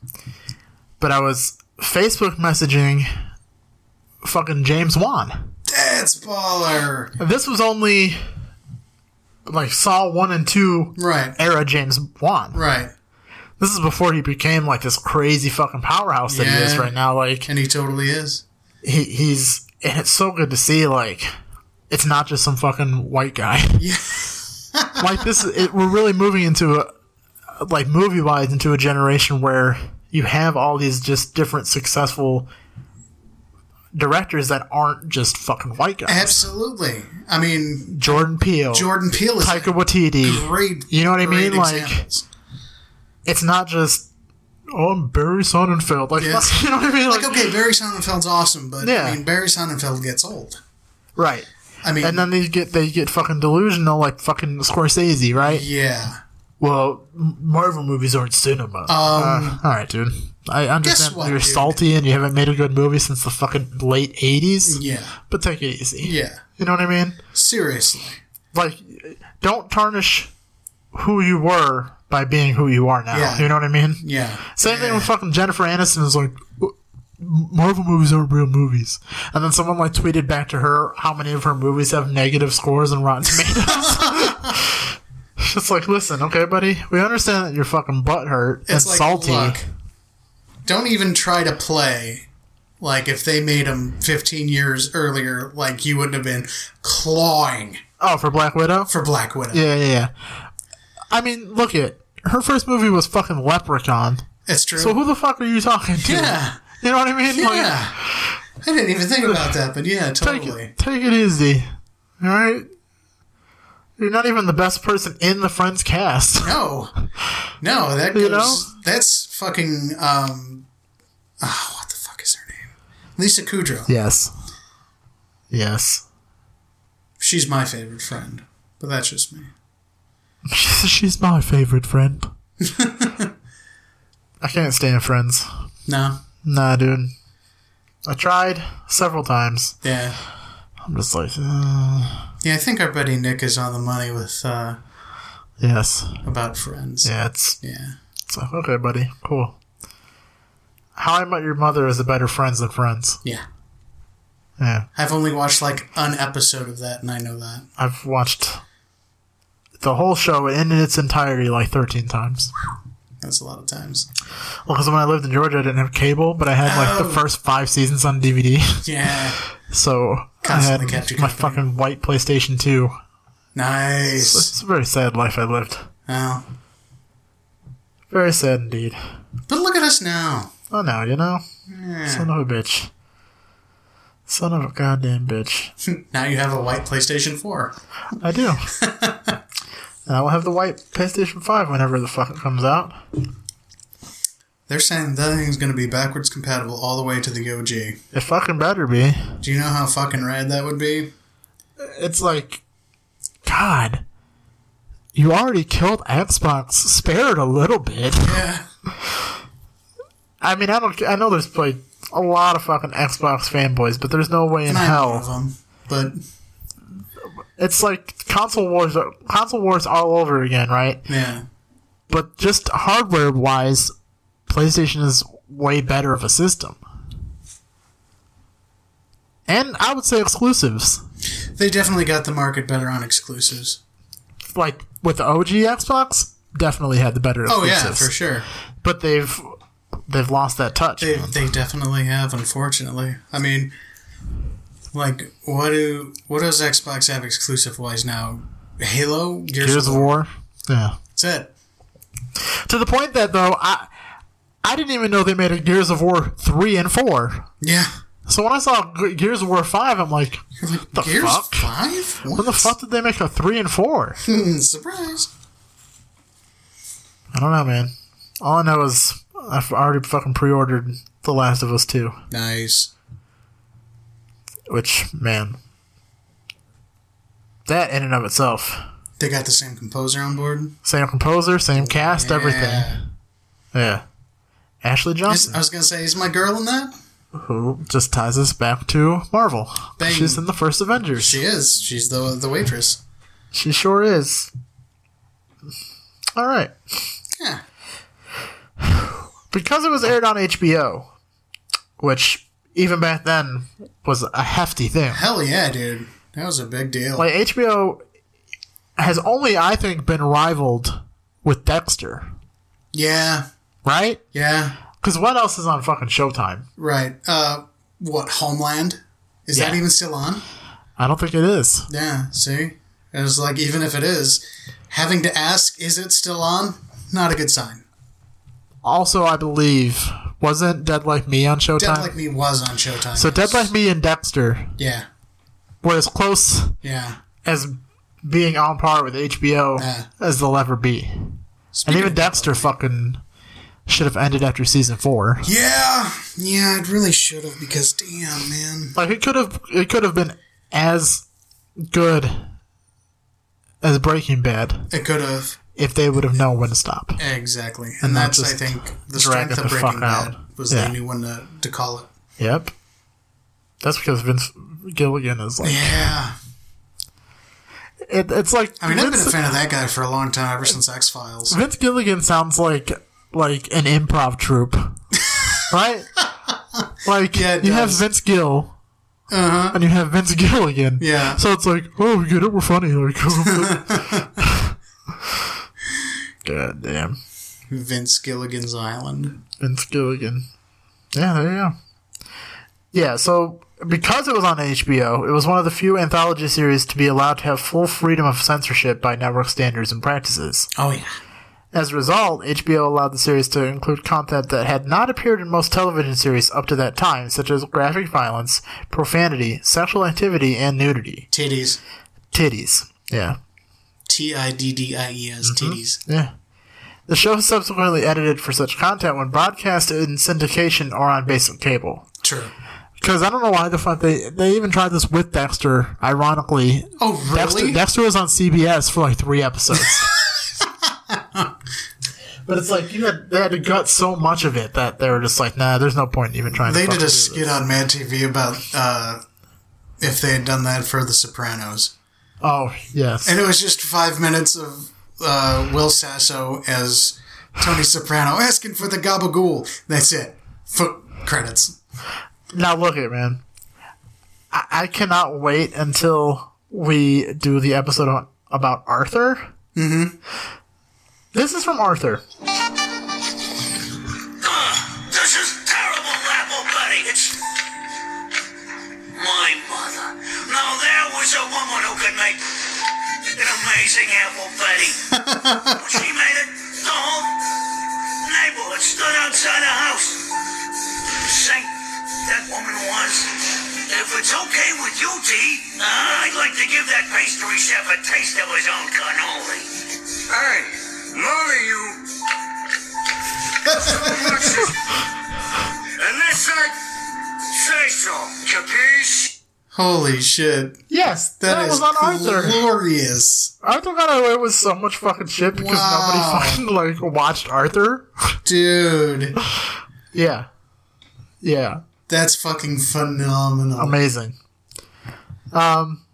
Speaker 1: But I was Facebook messaging fucking James Wan.
Speaker 2: That's baller.
Speaker 1: This was only like Saw 1 and 2
Speaker 2: Right.
Speaker 1: era James Wan.
Speaker 2: Right.
Speaker 1: This is before he became like this crazy fucking powerhouse that he is
Speaker 2: Yeah.
Speaker 1: right now. Like
Speaker 2: And he totally is.
Speaker 1: he, he's and it's so good to see like it's not just some fucking white guy.
Speaker 2: Yeah.
Speaker 1: like this, is- it, we're really moving into a like movie wise into a generation where you have all these just different successful directors that aren't just fucking white guys.
Speaker 2: Absolutely. I mean,
Speaker 1: Jordan Peele,
Speaker 2: Jordan Peele is
Speaker 1: Taika Waititi.
Speaker 2: great.
Speaker 1: You know what I
Speaker 2: great
Speaker 1: mean? Like-
Speaker 2: examples.
Speaker 1: It's not just oh I'm Barry Sonnenfeld. Like
Speaker 2: Yeah.
Speaker 1: you know what I mean?
Speaker 2: like, okay, Barry Sonnenfeld's awesome, but
Speaker 1: Yeah.
Speaker 2: I mean, Barry Sonnenfeld gets old.
Speaker 1: right.
Speaker 2: I mean,
Speaker 1: And then they get they get fucking delusional like fucking Scorsese, right?
Speaker 2: yeah.
Speaker 1: Well, m- Marvel movies aren't cinema. Uh, all right, dude. I understand
Speaker 2: Um, what,
Speaker 1: you're
Speaker 2: dude?
Speaker 1: salty and you haven't made a good movie since the fucking late '80s.
Speaker 2: Yeah.
Speaker 1: But take it easy.
Speaker 2: Yeah.
Speaker 1: You know what I mean?
Speaker 2: Seriously.
Speaker 1: Like, don't tarnish who you were by being who you are now.
Speaker 2: Yeah.
Speaker 1: You know what I mean?
Speaker 2: Yeah.
Speaker 1: Same thing with fucking Jennifer Aniston is like, "M- Marvel movies aren't real movies. And then someone like tweeted back to her how many of her movies have negative scores on Rotten Tomatoes. It's like, listen, okay, buddy, we understand that you're fucking butthurt and
Speaker 2: It's like,
Speaker 1: salty.
Speaker 2: look, don't even try to play. Like, if they made him 15 years earlier, like, you wouldn't have been clawing
Speaker 1: Oh, for Black Widow?
Speaker 2: for Black Widow.
Speaker 1: Yeah, yeah, yeah. I mean, look at her first movie was fucking Leprechaun.
Speaker 2: It's true.
Speaker 1: So who Oh, the fuck are you talking to?
Speaker 2: yeah.
Speaker 1: You know what I mean? Like,
Speaker 2: Yeah. I didn't even think about that, but yeah,
Speaker 1: Take
Speaker 2: totally.
Speaker 1: it, take it easy. All right. You're not even the best person in the Friends cast.
Speaker 2: No, no, that goes.
Speaker 1: You know?
Speaker 2: That's fucking. Um, ah, what the fuck is her name? Lisa Kudrow.
Speaker 1: Yes. Yes.
Speaker 2: She's my favorite friend, but that's just me.
Speaker 1: She's my favorite friend. I can't stand Friends.
Speaker 2: No,
Speaker 1: Nah, dude. I tried several times.
Speaker 2: yeah,
Speaker 1: I'm just like, uh,
Speaker 2: yeah. I think our buddy Nick is on the money with uh,
Speaker 1: yes.
Speaker 2: about friends.
Speaker 1: Yeah, it's,
Speaker 2: yeah.
Speaker 1: it's like, okay, buddy. Cool. How I Met Your Mother is a better Friends than Friends.
Speaker 2: Yeah.
Speaker 1: Yeah.
Speaker 2: I've only watched like an episode of that, and I know that.
Speaker 1: I've watched the whole show in its entirety like 13 times.
Speaker 2: That's a lot of times.
Speaker 1: Well, because when I lived in Georgia, I didn't have cable, but I had like the first five seasons on DVD.
Speaker 2: Yeah.
Speaker 1: So I had
Speaker 2: Constantly kept you
Speaker 1: my
Speaker 2: company.
Speaker 1: fucking white PlayStation 2.
Speaker 2: Nice.
Speaker 1: It's a very sad life I lived.
Speaker 2: Oh.
Speaker 1: Very sad indeed.
Speaker 2: But look at us now.
Speaker 1: Oh no, you know? Son of a bitch. Son of a goddamn bitch.
Speaker 2: Now you have a white PlayStation 4.
Speaker 1: I do. and I will have the white PlayStation 5 whenever the fuck it comes out.
Speaker 2: They're saying that thing's going to be backwards compatible all the way to the OG.
Speaker 1: It fucking better be.
Speaker 2: Do you know how fucking rad that would be?
Speaker 1: It's like, God, you already killed Xbox. Spare it a little bit.
Speaker 2: Yeah.
Speaker 1: I mean, I don't. I know there's like a lot of fucking Xbox fanboys, but there's no way in
Speaker 2: Not all of
Speaker 1: hell.
Speaker 2: them, but
Speaker 1: It's like console wars. are- Console wars all over again, right?
Speaker 2: yeah,
Speaker 1: But just hardware wise, PlayStation is way better of a system. And I would say exclusives,
Speaker 2: they definitely got the market better on exclusives.
Speaker 1: like with the OG Xbox, definitely had the better
Speaker 2: Oh
Speaker 1: exclusives.
Speaker 2: yeah, for sure.
Speaker 1: But they've they've lost that touch.
Speaker 2: They
Speaker 1: man.
Speaker 2: they definitely have. Unfortunately, I mean, like what do what does Xbox have exclusive wise now? Halo, Gears,
Speaker 1: Gears
Speaker 2: of
Speaker 1: of
Speaker 2: War.
Speaker 1: War. Yeah.
Speaker 2: That's it.
Speaker 1: To the point that though I I didn't even know they made a Gears of War three and four.
Speaker 2: Yeah.
Speaker 1: So when I saw G- Gears of War five, I'm like, the
Speaker 2: Gears
Speaker 1: fuck?
Speaker 2: Five?
Speaker 1: When the
Speaker 2: What?
Speaker 1: fuck did they make a three and four?
Speaker 2: Surprise.
Speaker 1: I don't know, man. All I know is I've already fucking pre-ordered The Last of Us two,
Speaker 2: Nice.
Speaker 1: which man, that in and of itself,
Speaker 2: They got the same composer on board.
Speaker 1: same composer, same cast, everything.
Speaker 2: Yeah.
Speaker 1: Yeah. Ashley
Speaker 2: Is-
Speaker 1: Johnson,
Speaker 2: I was gonna say, is my girl in that?
Speaker 1: who just ties us back to Marvel.
Speaker 2: Bang.
Speaker 1: She's in the first Avengers.
Speaker 2: She is. She's the the waitress.
Speaker 1: She sure is. All right.
Speaker 2: Yeah.
Speaker 1: Because it was aired on HBO, which even back then was a hefty thing.
Speaker 2: Hell yeah, dude. That was a big deal.
Speaker 1: Like HBO has only I think been rivaled with Dexter,
Speaker 2: yeah.
Speaker 1: right?
Speaker 2: Yeah.
Speaker 1: Cuz what else is on fucking Showtime?
Speaker 2: Right. Uh, what? Homeland? Is that
Speaker 1: Yeah.
Speaker 2: even still on?
Speaker 1: I don't think it is.
Speaker 2: Yeah. See, it was like even if it is, having to ask, is it still on? Not a good sign.
Speaker 1: Also, I believe wasn't Dead Like Me on Showtime?
Speaker 2: Dead Like Me was on Showtime.
Speaker 1: so Dead Like Me and Dexter
Speaker 2: Yeah.
Speaker 1: were as close
Speaker 2: Yeah.
Speaker 1: as being on par with HBO
Speaker 2: Yeah.
Speaker 1: as they'll ever be. And even
Speaker 2: of-
Speaker 1: Dexter fucking should have ended after season four.
Speaker 2: Yeah. Yeah. It really should have because damn man.
Speaker 1: Like it could have it could have been as good as Breaking Bad
Speaker 2: It could have.
Speaker 1: if they would have known when to stop.
Speaker 2: Exactly. And,
Speaker 1: And
Speaker 2: that's
Speaker 1: that
Speaker 2: I
Speaker 1: just
Speaker 2: think the
Speaker 1: dragged
Speaker 2: strength
Speaker 1: it
Speaker 2: of
Speaker 1: the fuck
Speaker 2: Breaking Bad
Speaker 1: out.
Speaker 2: was
Speaker 1: Yeah.
Speaker 2: they knew when to, to call it.
Speaker 1: Yep. That's because Vince Gilligan is like
Speaker 2: Yeah.
Speaker 1: it, it's like
Speaker 2: I mean, I've been a
Speaker 1: Vince-
Speaker 2: fan of that guy for a long time, ever since X Files.
Speaker 1: Vince Gilligan sounds like like an improv troupe, right? Like
Speaker 2: Yeah, it
Speaker 1: you have
Speaker 2: does.
Speaker 1: Vince Gill, uh-huh. and you have Vince Gilligan.
Speaker 2: Yeah.
Speaker 1: So it's like, oh, we get it. We're funny. Like, God damn,
Speaker 2: Vince Gilligan's Island.
Speaker 1: Vince Gilligan. Yeah, there you go. Yeah. So because it was on HBO, it was one of the few anthology series to be allowed to have full freedom of censorship by network standards and practices.
Speaker 2: Oh, yeah.
Speaker 1: As a result, HBO allowed the series to include content that had not appeared in most television series up to that time, such as graphic violence, profanity, sexual activity, and nudity.
Speaker 2: Titties.
Speaker 1: Titties. Yeah.
Speaker 2: T I D D I E S.
Speaker 1: Mm-hmm.
Speaker 2: Titties.
Speaker 1: Yeah. The show was subsequently edited for such content when broadcast in syndication or on basic cable.
Speaker 2: True.
Speaker 1: Because I don't know why the fuck they they even tried this with Dexter. Ironically,
Speaker 2: Oh,
Speaker 1: Dexter,
Speaker 2: really?
Speaker 1: Dexter was on CBS for like three episodes. but it's like you had they had to gut so much of it that they were just like, nah, there's no point in even trying.
Speaker 2: They
Speaker 1: to
Speaker 2: did
Speaker 1: fucking
Speaker 2: a
Speaker 1: do
Speaker 2: skit
Speaker 1: this.
Speaker 2: on Mad TV about uh, if they had done that for The Sopranos.
Speaker 1: Oh yes,
Speaker 2: And it was just five minutes of uh, Will Sasso as Tony Soprano asking for the gabagool. That's it. Foot credits.
Speaker 1: now look it, man. I, I cannot wait until we do the episode on, about Arthur. Mm-hmm. This is from Arthur.
Speaker 8: This is terrible, Apple Buddy. It's my mother. Now there was a woman who could make an amazing apple buddy. when she made it, the whole neighborhood stood outside her house. Saint that woman was. If it's okay with you, T, I'd like to give that pastry chef a taste of his own cannoli. Hey, none of you Unless I say so, capiche?
Speaker 2: Holy shit.
Speaker 1: Yes, that,
Speaker 2: that is
Speaker 1: was on Arthur.
Speaker 2: glorious.
Speaker 1: Arthur got away with so much fucking shit because
Speaker 2: Wow.
Speaker 1: nobody fucking like watched Arthur.
Speaker 2: Dude.
Speaker 1: Yeah. Yeah.
Speaker 2: That's fucking phenomenal.
Speaker 1: Amazing. Um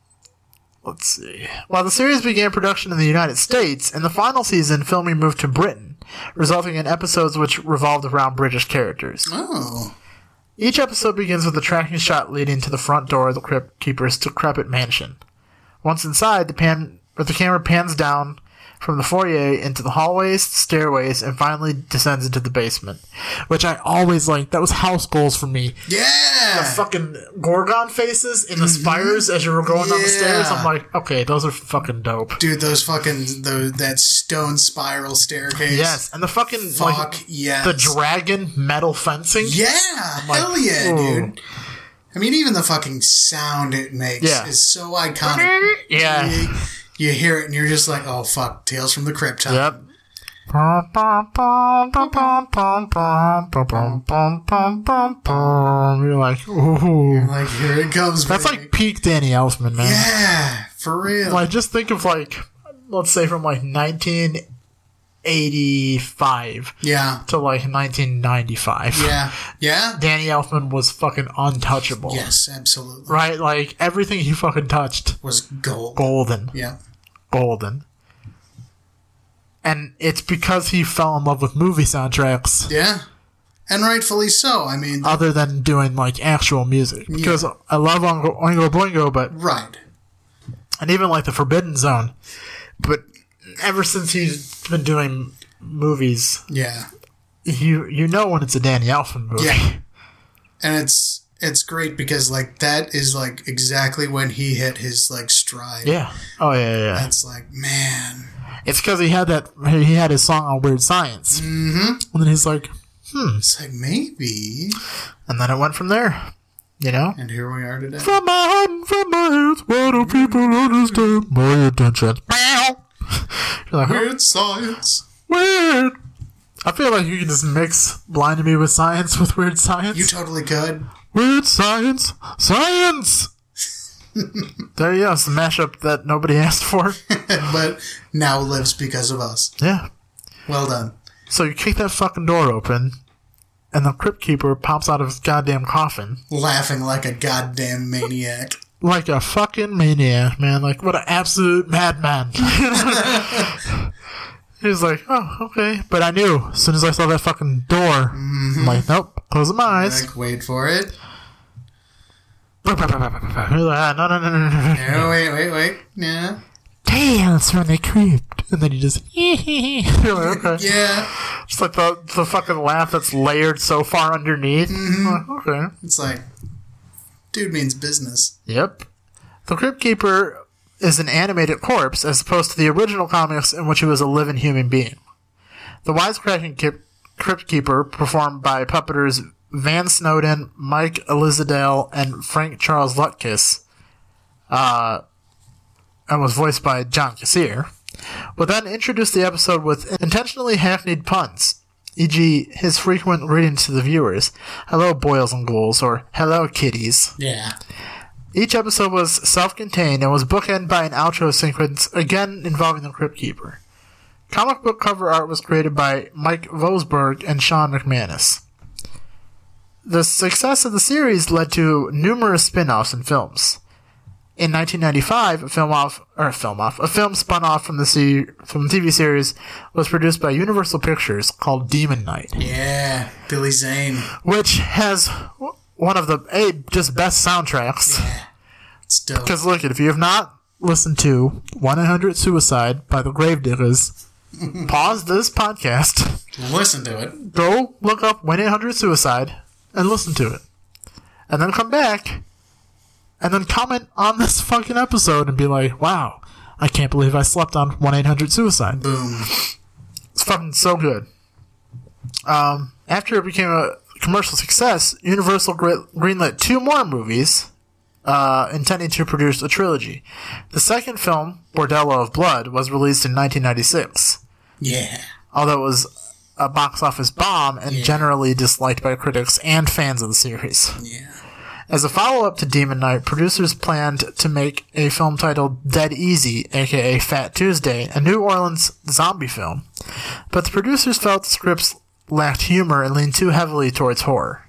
Speaker 1: let's see. While the series began production in the United States, in the final season filming moved to Britain, resulting in episodes which revolved around British characters.
Speaker 2: oh,
Speaker 1: Each episode begins with a tracking shot leading to the front door of the Crypt Keeper's decrepit mansion. Once inside, the pan or the camera pans down from the foyer into the hallways, stairways, and finally descends into the basement, which I always liked. That was house goals for me.
Speaker 2: yeah! Yeah.
Speaker 1: the fucking gorgon faces in the spires as you were going down the stairs.
Speaker 2: Yeah.
Speaker 1: I'm like, okay, those are fucking dope.
Speaker 2: Dude, those fucking those, that stone spiral staircase.
Speaker 1: Yes, and the fucking
Speaker 2: Fuck
Speaker 1: like,
Speaker 2: yes.
Speaker 1: the dragon metal fencing.
Speaker 2: Yeah, hell yeah,
Speaker 1: ooh.
Speaker 2: dude. I mean, even the fucking sound it makes
Speaker 1: Yeah.
Speaker 2: is so iconic.
Speaker 1: yeah.
Speaker 2: You, you hear it and you're just like, oh fuck, Tales from the Crypt. huh?
Speaker 1: Yep. You're like, ooh.
Speaker 2: Like here it comes.
Speaker 1: That's
Speaker 2: baby.
Speaker 1: like peak Danny Elfman, man.
Speaker 2: yeah, for real.
Speaker 1: Like, just think of like, let's say from like 1985
Speaker 2: yeah,
Speaker 1: to like 1995.
Speaker 2: yeah, yeah.
Speaker 1: Danny Elfman was fucking untouchable.
Speaker 2: Yes, absolutely.
Speaker 1: Right? Like, everything he fucking touched,
Speaker 2: Was gold.
Speaker 1: golden.
Speaker 2: Yeah,
Speaker 1: Golden. And it's because he fell in love with movie soundtracks.
Speaker 2: yeah, and rightfully so. I mean,
Speaker 1: other than doing like actual music because I love Oingo, Oingo Boingo, but
Speaker 2: right.
Speaker 1: and even like the Forbidden Zone, but ever since he's been doing movies,
Speaker 2: Yeah,
Speaker 1: you you know when it's a Danny Elfman movie.
Speaker 2: Yeah. and it's it's great because like that is like exactly when he hit his like stride.
Speaker 1: Yeah. Oh yeah, yeah. yeah.
Speaker 2: It's like, man,
Speaker 1: It's because he had that he had his song on Weird Science, mm-hmm. and then he's like,
Speaker 2: it's like maybe.
Speaker 1: and then it went from there. You know.
Speaker 2: And here we are today.
Speaker 1: From my heart and from my hands, why do people understand my intention? You're like, "Huh?"
Speaker 2: Weird science.
Speaker 1: Weird. I feel like you can just mix Blind to Me with Science with Weird Science.
Speaker 2: You totally could.
Speaker 1: weird Science. Science! there you go. It's a mashup that nobody asked for.
Speaker 2: But now lives because of us.
Speaker 1: yeah.
Speaker 2: Well done.
Speaker 1: So you kick that fucking door open, and the Crypt Keeper pops out of his goddamn coffin.
Speaker 2: Laughing like a goddamn maniac.
Speaker 1: Like a fucking maniac, man. Like, what an absolute madman. he was like, oh, okay. But I knew as soon as I saw that fucking door, I'm like, nope, closing my eyes.
Speaker 2: Like, wait for it.
Speaker 1: no, "Ah, no, no, no, no, no.
Speaker 2: No, wait, wait, wait. Yeah.
Speaker 1: Tales from the crypt. And then you just. You're like, okay.
Speaker 2: Yeah.
Speaker 1: It's like the, the fucking laugh that's layered so far underneath. Like, okay.
Speaker 2: It's like, dude means business.
Speaker 1: Yep. The Crypt Keeper is an animated corpse as opposed to the original comics in which he was a living human being. The wisecracking Kip- Crypt Keeper, performed by puppeters Van Snowden, Mike Elizadale, and Frank Charles Lutkiss, uh, and was voiced by John Cassier, will then introduce the episode with intentionally hackneyed puns, e.g., his frequent greetings to the viewers, hello, boils and ghouls, or hello, kitties.
Speaker 2: Yeah.
Speaker 1: Each episode was self-contained and was bookended by an outro sequence, again involving the Crypt Keeper. Comic book cover art was created by Mike Vosberg and Sean McManus. The success of the series led to numerous spin-offs and films. In 1995, a film off or a film off, a film spun off from the se- from the TV series was produced by Universal Pictures called Demon Knight,
Speaker 2: Yeah. Billy Zane.
Speaker 1: which has w- one of the a just best soundtracks.
Speaker 2: It's dope.
Speaker 1: Because look, if you have not listened to 100 Suicide by the Gravediggers, pause this podcast,
Speaker 2: Listen to it.
Speaker 1: go look up 100 Suicide, and listen to it. And then come back, and then comment on this fucking episode and be like, wow, I can't believe I slept on 1 800 Suicide.
Speaker 2: Boom.
Speaker 1: It's fucking so good. Um, after it became a commercial success, Universal gre- greenlit two more movies, uh, intending to produce a trilogy. The second film, Bordello of Blood, was released in 1996,
Speaker 2: Yeah.
Speaker 1: although it was a box office bomb and generally disliked by critics and fans of the series.
Speaker 2: Yeah.
Speaker 1: As a follow up to Demon Knight, producers planned to make a film titled Dead Easy, aka Fat Tuesday, a New Orleans zombie film. But the producers felt the scripts lacked humor and leaned too heavily towards horror.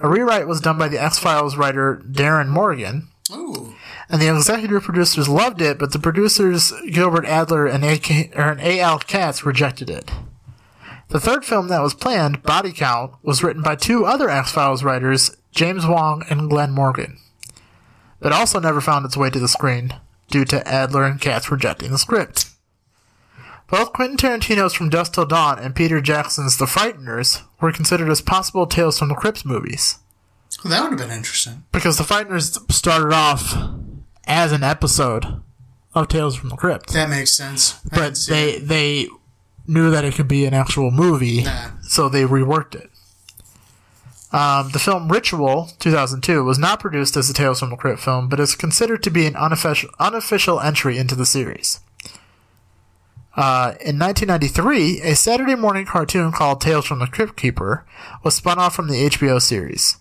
Speaker 1: A rewrite was done by the X Files writer Darren Morgan,
Speaker 2: Ooh.
Speaker 1: and the executive producers loved it, but the producers Gilbert Adler and AK, or an A.L. Katz rejected it. The third film that was planned, Body Count, was written by two other X Files writers, James Wong and Glenn Morgan. It also never found its way to the screen due to Adler and Katz rejecting the script. Both Quentin Tarantino's From Dusk Till Dawn and Peter Jackson's The Frighteners were considered as possible Tales from the Crypt movies.
Speaker 2: That would have been interesting.
Speaker 1: Because the Frighteners started off as an episode of Tales from the Crypt.
Speaker 2: That makes sense. I didn't
Speaker 1: but
Speaker 2: see
Speaker 1: they
Speaker 2: it.
Speaker 1: they knew that it could be an actual movie,
Speaker 2: Nah.
Speaker 1: so they reworked it. Um, the film Ritual, 2002, was not produced as a Tales from the Crypt film, but is considered to be an unofficial, unofficial entry into the series. Uh, in 1993, a Saturday morning cartoon called Tales from the Crypt Keeper was spun off from the HBO series.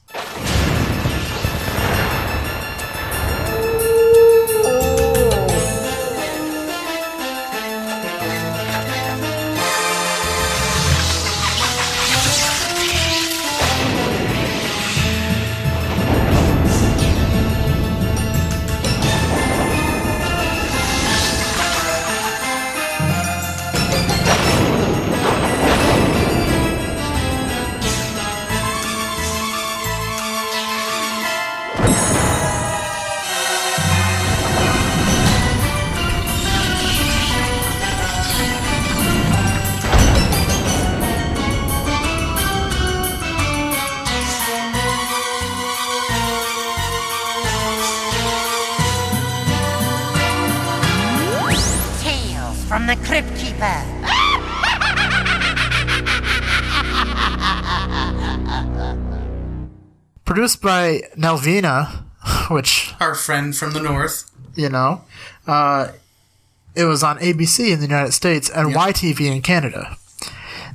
Speaker 4: Tales from the Crypt Keeper.
Speaker 1: Produced by Nelvina, which
Speaker 2: Our friend from the north.
Speaker 1: you know. Uh, it was on ABC in the United States and YTV in Canada.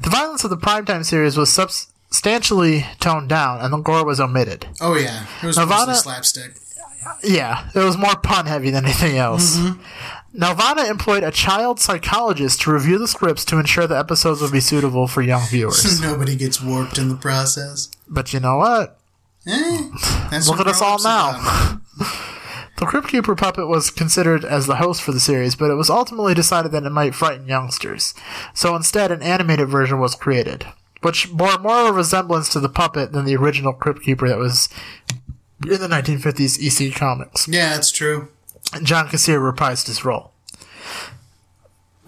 Speaker 1: The violence of the primetime series was substantially toned down, and the gore was omitted.
Speaker 2: Oh yeah, it was
Speaker 1: Nirvana-
Speaker 2: mostly slapstick.
Speaker 1: Yeah, it was more pun heavy than anything else. Nelvana employed a child psychologist to review the scripts to ensure the episodes would be suitable for young viewers.
Speaker 2: Nobody gets warped in the process.
Speaker 1: but you know what?
Speaker 2: Eh, that's
Speaker 1: Look
Speaker 2: what
Speaker 1: at us all
Speaker 2: grown-ups
Speaker 1: now.
Speaker 2: are about.
Speaker 1: The Crypt Keeper puppet was considered as the host for the series, but it was ultimately decided that it might frighten youngsters. So instead, an animated version was created, which bore more of a resemblance to the puppet than the original Crypt Keeper that was in the 1950s EC comics.
Speaker 2: Yeah, it's true.
Speaker 1: John Kassir reprised his role.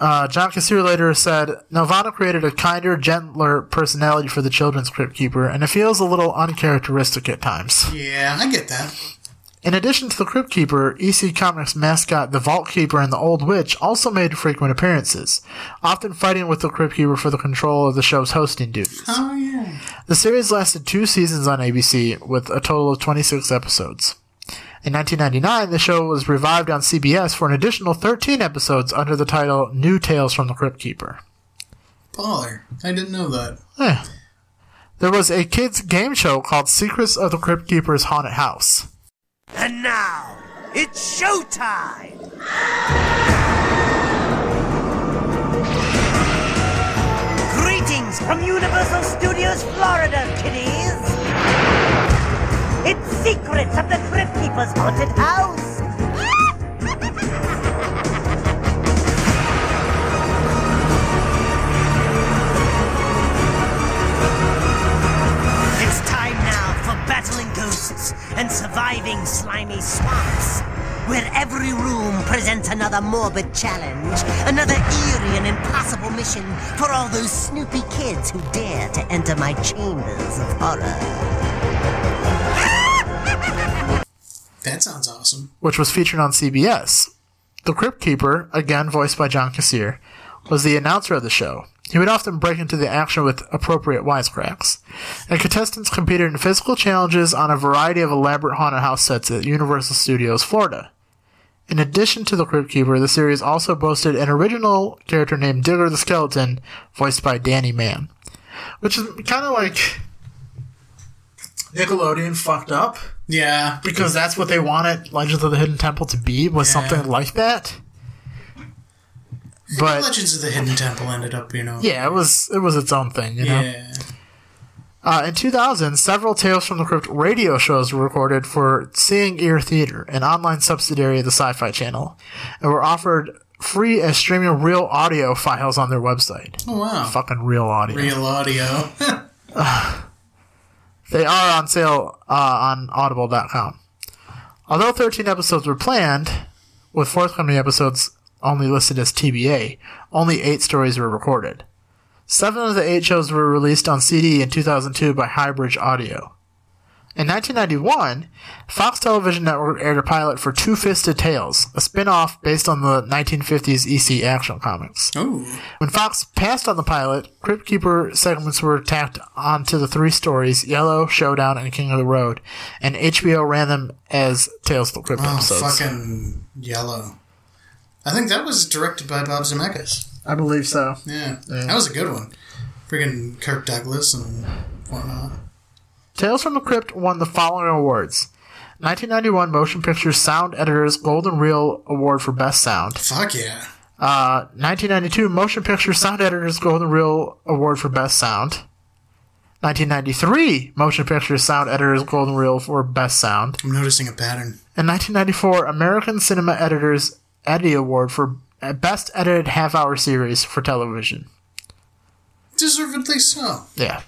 Speaker 1: Uh, John Kassir later said, Nelvana created a kinder, gentler personality for the children's Crypt Keeper, and it feels a little uncharacteristic at times.
Speaker 2: Yeah, I get that.
Speaker 1: In addition to the Crypt Keeper, EC Comics mascot the Vault Keeper and the Old Witch also made frequent appearances, often fighting with the Crypt Keeper for the control of the show's hosting duties.
Speaker 2: Oh yeah.
Speaker 1: The series lasted two seasons on ABC, with a total of 26 episodes. In 1999, the show was revived on CBS for an additional 13 episodes under the title New Tales from the Crypt Keeper.
Speaker 2: Baller. I didn't know that.
Speaker 1: Eh. There was a kids' game show called Secrets of the Crypt Keeper's Haunted House.
Speaker 6: And now, it's showtime!
Speaker 9: Greetings from Universal Studios, Florida, kiddies! It's Secrets of the Crypt Keeper's Haunted House! it's time now for battling ghosts and surviving slimy swamps. Where every room presents another morbid challenge, another eerie and impossible mission for all those snoopy kids who dare to enter my chambers of horror.
Speaker 2: That sounds awesome.
Speaker 1: which was featured on CBS. The Crypt Keeper, again voiced by John Kassir, was the announcer of the show. He would often break into the action with appropriate wisecracks. And contestants competed in physical challenges on a variety of elaborate haunted house sets at Universal Studios Florida. In addition to the Crypt Keeper, the series also boasted an original character named Digger the Skeleton, voiced by Danny Mann. Which is kind of like Nickelodeon fucked up
Speaker 2: Yeah.
Speaker 1: because that's what they wanted Legends of the Hidden Temple to be was
Speaker 2: Yeah.
Speaker 1: something like that. But
Speaker 2: Legends of the Hidden Temple ended up, you know.
Speaker 1: yeah, it was it was its own thing, you know.
Speaker 2: Yeah.
Speaker 1: Uh, in 2000, several Tales from the Crypt radio shows were recorded for Seeing Ear Theater, an online subsidiary of the Sci-Fi Channel, and were offered free as streaming real audio files on their website.
Speaker 2: Oh wow.
Speaker 1: Fucking real audio.
Speaker 2: Real audio.
Speaker 1: They are on sale uh, on audible.com. Although 13 episodes were planned, with forthcoming episodes only listed as TBA, only eight stories were recorded. Seven of the eight shows were released on CD in 2002 by Highbridge Audio. In 1991, Fox Television Network aired a pilot for Two Fisted Tales, a spin off based on the 1950s EC action comics.
Speaker 2: Ooh.
Speaker 1: When Fox passed on the pilot, Crypt Keeper segments were tacked onto the three stories Yellow, Showdown, and King of the Road, and HBO ran them as Tales of the Crypt
Speaker 2: Oh,
Speaker 1: episodes.
Speaker 2: fucking yellow. I think that was directed by Bob Zemeckis.
Speaker 1: I believe so.
Speaker 2: Yeah, that was a good one. Friggin' Kirk Douglas and whatnot.
Speaker 1: Tales from the Crypt won the following awards 1991 Motion Picture Sound Editors Golden Reel Award for Best Sound.
Speaker 2: Fuck yeah.
Speaker 1: Uh, 1992 Motion Picture Sound Editors Golden Reel Award for Best Sound. 1993 Motion Picture Sound Editors Golden Reel for Best Sound.
Speaker 2: I'm noticing a pattern.
Speaker 1: And 1994 American Cinema Editors Eddie Award for uh, Best Edited Half Hour Series for Television.
Speaker 2: Deservedly so.
Speaker 1: Yeah.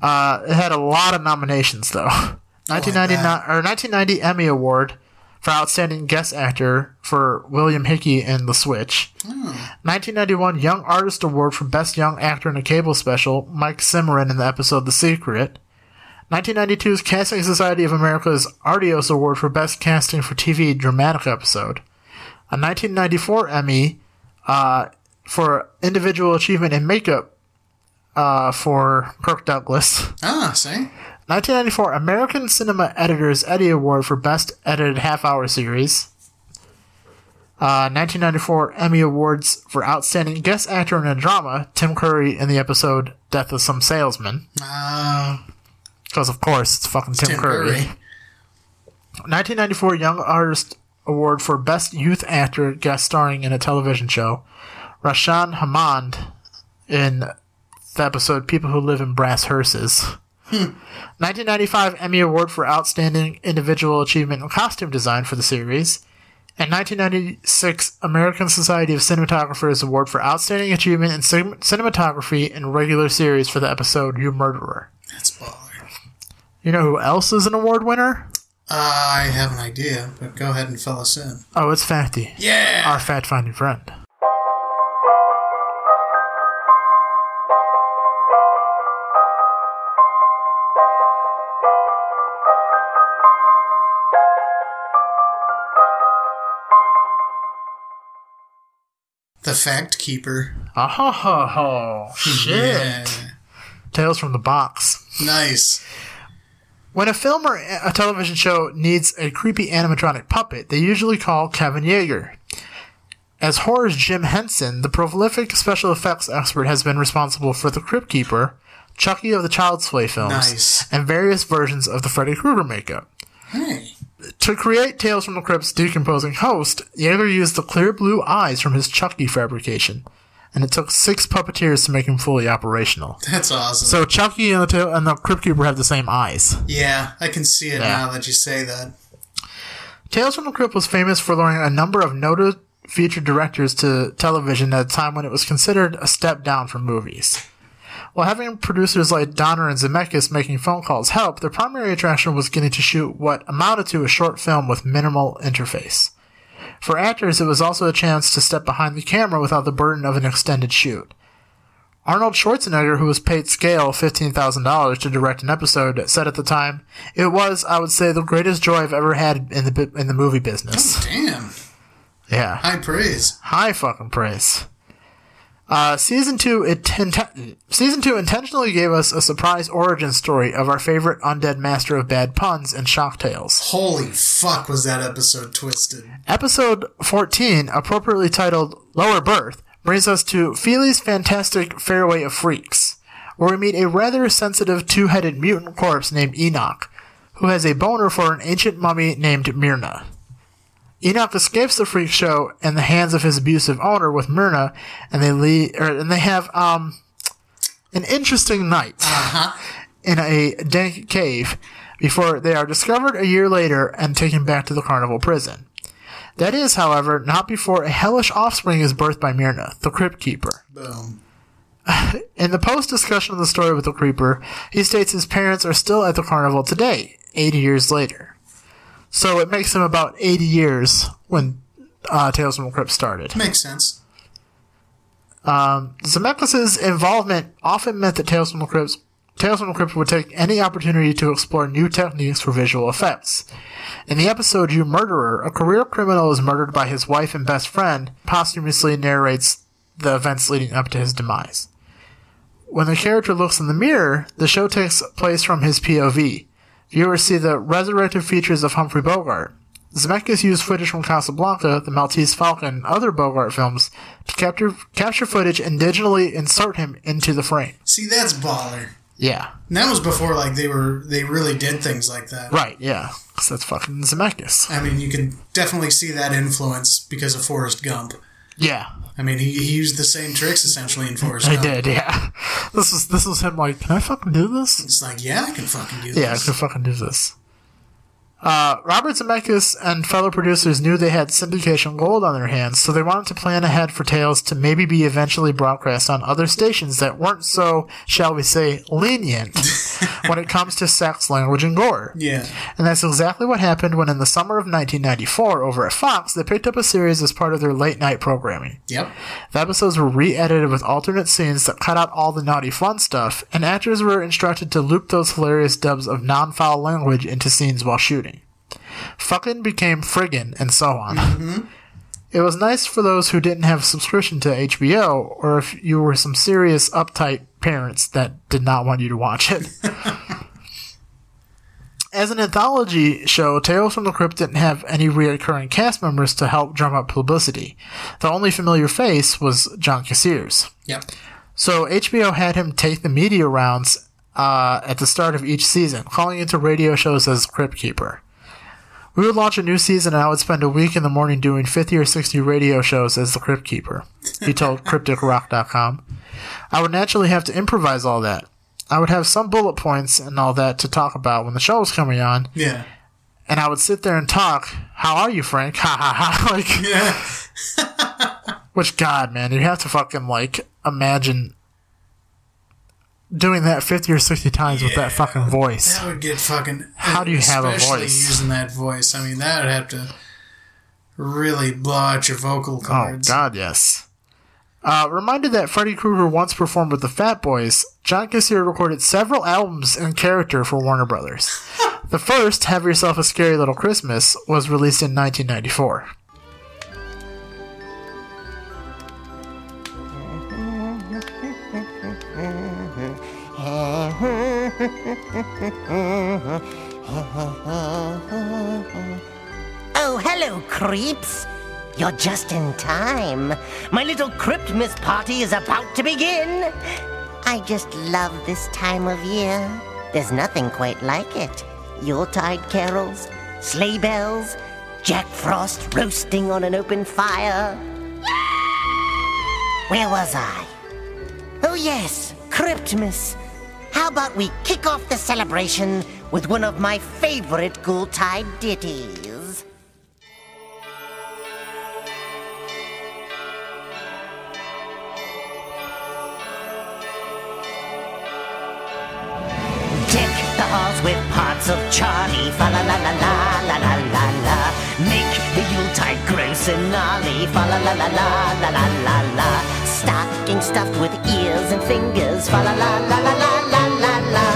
Speaker 1: Uh, it had a lot of nominations though. 1999 or 1990 Emmy Award for Outstanding Guest Actor for William Hickey in The Switch. 1991 Young Artist Award for Best Young Actor in a Cable Special, Mike Cimarron in the episode The Secret. 1992's Casting Society of America's Artios Award for Best Casting for TV Dramatic Episode. A 1994 Emmy uh, for Individual Achievement in Makeup for Kirk Douglas.
Speaker 2: Ah, see?
Speaker 1: 1994 American Cinema Editors Eddie Award for Best Edited Half Hour Series. Uh, 1994 Emmy Awards for Outstanding Guest Actor in a Drama, Tim Curry in the episode Death of Some Salesman.
Speaker 2: Uh,
Speaker 1: Because, of course, it's fucking Tim,
Speaker 2: Tim
Speaker 1: Curry.
Speaker 2: Curry.
Speaker 1: 1994 Young Artist Award for Best Youth Actor guest starring in a television show, Rashan Hamand in the episode People Who Live in Brass Hearses. 1995 Emmy Award for Outstanding Individual Achievement in Costume Design for the series. And 1996 American Society of Cinematographers Award for Outstanding Achievement in Cin- Cinematography in Regular Series for the episode You Murderer.
Speaker 2: that's baller.
Speaker 1: You know who else is an award winner?
Speaker 2: I have an idea, but go ahead and fill us in.
Speaker 1: Oh, it's Fatty.
Speaker 2: Yeah!
Speaker 1: our fat finding friend.
Speaker 2: The Fact Keeper.
Speaker 1: Ah ha ha ha! Shit.
Speaker 2: Yeah.
Speaker 1: Tales from the box.
Speaker 2: Nice.
Speaker 1: When a film or a television show needs a creepy animatronic puppet, they usually call Kevin Yeager. As horror's Jim Henson, the prolific special effects expert has been responsible for The Crypt Keeper, Chucky of the Child's Play films,
Speaker 2: Nice.
Speaker 1: and various versions of the Freddy Krueger makeup.
Speaker 2: Hey.
Speaker 1: To create Tales from the Crypt's decomposing host, Yeager used the clear blue eyes from his Chucky fabrication, and it took six puppeteers to make him fully operational.
Speaker 2: That's awesome.
Speaker 1: So Chucky and the tail- and the Crypt Keeper have the same eyes.
Speaker 2: yeah, I can see it
Speaker 1: Yeah.
Speaker 2: now that you say that.
Speaker 1: Tales from the Crypt was famous for luring a number of noted feature directors to television at a time when it was considered a step down from movies. While having producers like Donner and Zemeckis making phone calls help, their primary attraction was getting to shoot what amounted to a short film with minimal interface. For actors, it was also a chance to step behind the camera without the burden of an extended shoot. Arnold Schwarzenegger, who was paid scale $15,000 to direct an episode, said at the time, It was, I would say, the greatest joy I've ever had in the, bu- in the movie business.
Speaker 2: Damn.
Speaker 1: Yeah.
Speaker 2: High praise.
Speaker 1: High fucking price. Uh, season two, it inten- season two intentionally gave us a surprise origin story of our favorite undead master of bad puns and shock tales.
Speaker 2: Holy fuck, was that episode twisted.
Speaker 1: Episode fourteen, appropriately titled "Lower Birth," brings us to Feely's fantastic fairway of freaks, where we meet a rather sensitive two-headed mutant corpse named Enoch, who has a boner for an ancient mummy named Myrna. Enoch escapes the freak show in the hands of his abusive owner with Myrna, and they leave, er, and they have um an interesting night in a dank cave before they are discovered a year later and taken back to the carnival prison. That is, however, not before a hellish offspring is birthed by Myrna, the Crypt Keeper.
Speaker 2: Boom.
Speaker 1: In the post discussion of the story with the Creeper, he states his parents are still at the carnival today, 80 years later. So it makes him about 80 years when uh, Tales from the Crypt started.
Speaker 2: Makes sense.
Speaker 1: Zemeckis' involvement often meant that Tales from the Crypt, Tales from the Crypt would take any opportunity to explore new techniques for visual effects. In the episode You Murderer, a career criminal is murdered by his wife and best friend, posthumously narrates the events leading up to his demise. When the character looks in the mirror, the show takes place from his POV. Viewers see the resurrected features of Humphrey Bogart. Zemeckis used footage from Casablanca, The Maltese Falcon, and other Bogart films to capture capture footage and digitally insert him into the frame.
Speaker 2: See, that's baller.
Speaker 1: Yeah,
Speaker 2: And that was before like they were they really did things like that.
Speaker 1: right. Yeah, 'Cause that's fucking Zemeckis.
Speaker 2: I mean, you can definitely see that influence because of Forrest Gump.
Speaker 1: Yeah,
Speaker 2: I mean, he, he used the same tricks essentially in Forrest
Speaker 1: I
Speaker 2: Gump.
Speaker 1: did. Yeah, this was this was him. Like, can I fucking do this?
Speaker 2: It's like, yeah, I can fucking do
Speaker 1: Yeah, I
Speaker 2: this.
Speaker 1: could fucking do this. Uh, Robert Zemeckis and fellow producers knew they had syndication gold on their hands, so they wanted to plan ahead for Tales to maybe be eventually broadcast on other stations that weren't so, shall we say, lenient when it comes to sex, language, and gore.
Speaker 2: Yeah.
Speaker 1: And that's exactly what happened when, in the summer of 1994, over at Fox, they picked up a series as part of their late night programming.
Speaker 2: Yep.
Speaker 1: The episodes were re edited with alternate scenes that cut out all the naughty fun stuff, and actors were instructed to loop those hilarious dubs of non foul language into scenes while shooting. Fucking became friggin', and so on. It was nice for those who didn't have a subscription to HBO, or if you were some serious, uptight parents that did not want you to watch it. As an anthology show, Tales from the Crypt didn't have any recurring cast members to help drum up publicity. The only familiar face was John Cassiers.
Speaker 2: Yep.
Speaker 1: So HBO had him take the media rounds uh, at the start of each season, calling into radio shows as Crypt Keeper. We would launch a new season, and I would spend a week in the morning doing 50 or 60 radio shows as the Crypt Keeper, he told CrypticRock.com. I would naturally have to improvise all that. I would have some bullet points and all that to talk about when the show was coming on,
Speaker 2: Yeah.
Speaker 1: and I would sit there and talk, "How are you, Frank?" Ha ha ha! Like,
Speaker 2: Yeah.
Speaker 1: which God, man, you have to fucking like imagine doing that fifty or sixty times with that fucking voice.
Speaker 2: That would get fucking.
Speaker 1: How do you have a
Speaker 2: especially
Speaker 1: voice?
Speaker 2: Using that voice, I mean, that would have to really blow out your vocal
Speaker 1: Oh
Speaker 2: cords.
Speaker 1: God, yes. Uh, reminded that Freddy Krueger once performed with the Fat Boys, John Cassier recorded several albums in character for Warner Brothers. the first, "Have Yourself a Scary Little Christmas," was released in 1994.
Speaker 9: Oh, hello, creeps. You're just in time. My little Cryptmas party is about to begin. I just love this time of year. There's nothing quite like it. Yuletide carols, sleigh bells, Jack Frost roasting on an open fire. Where was I? Oh, yes, Cryptmas. How about we kick off the celebration with one of my favorite Gultide ditties? Deck the halls with parts of Charlie. Fa la la la la la la la la. Make the Yuletide gross and gnarly. Fa la la la la la la la la. Stocking stuffed with ears and fingers. Fa la la la la la la la la.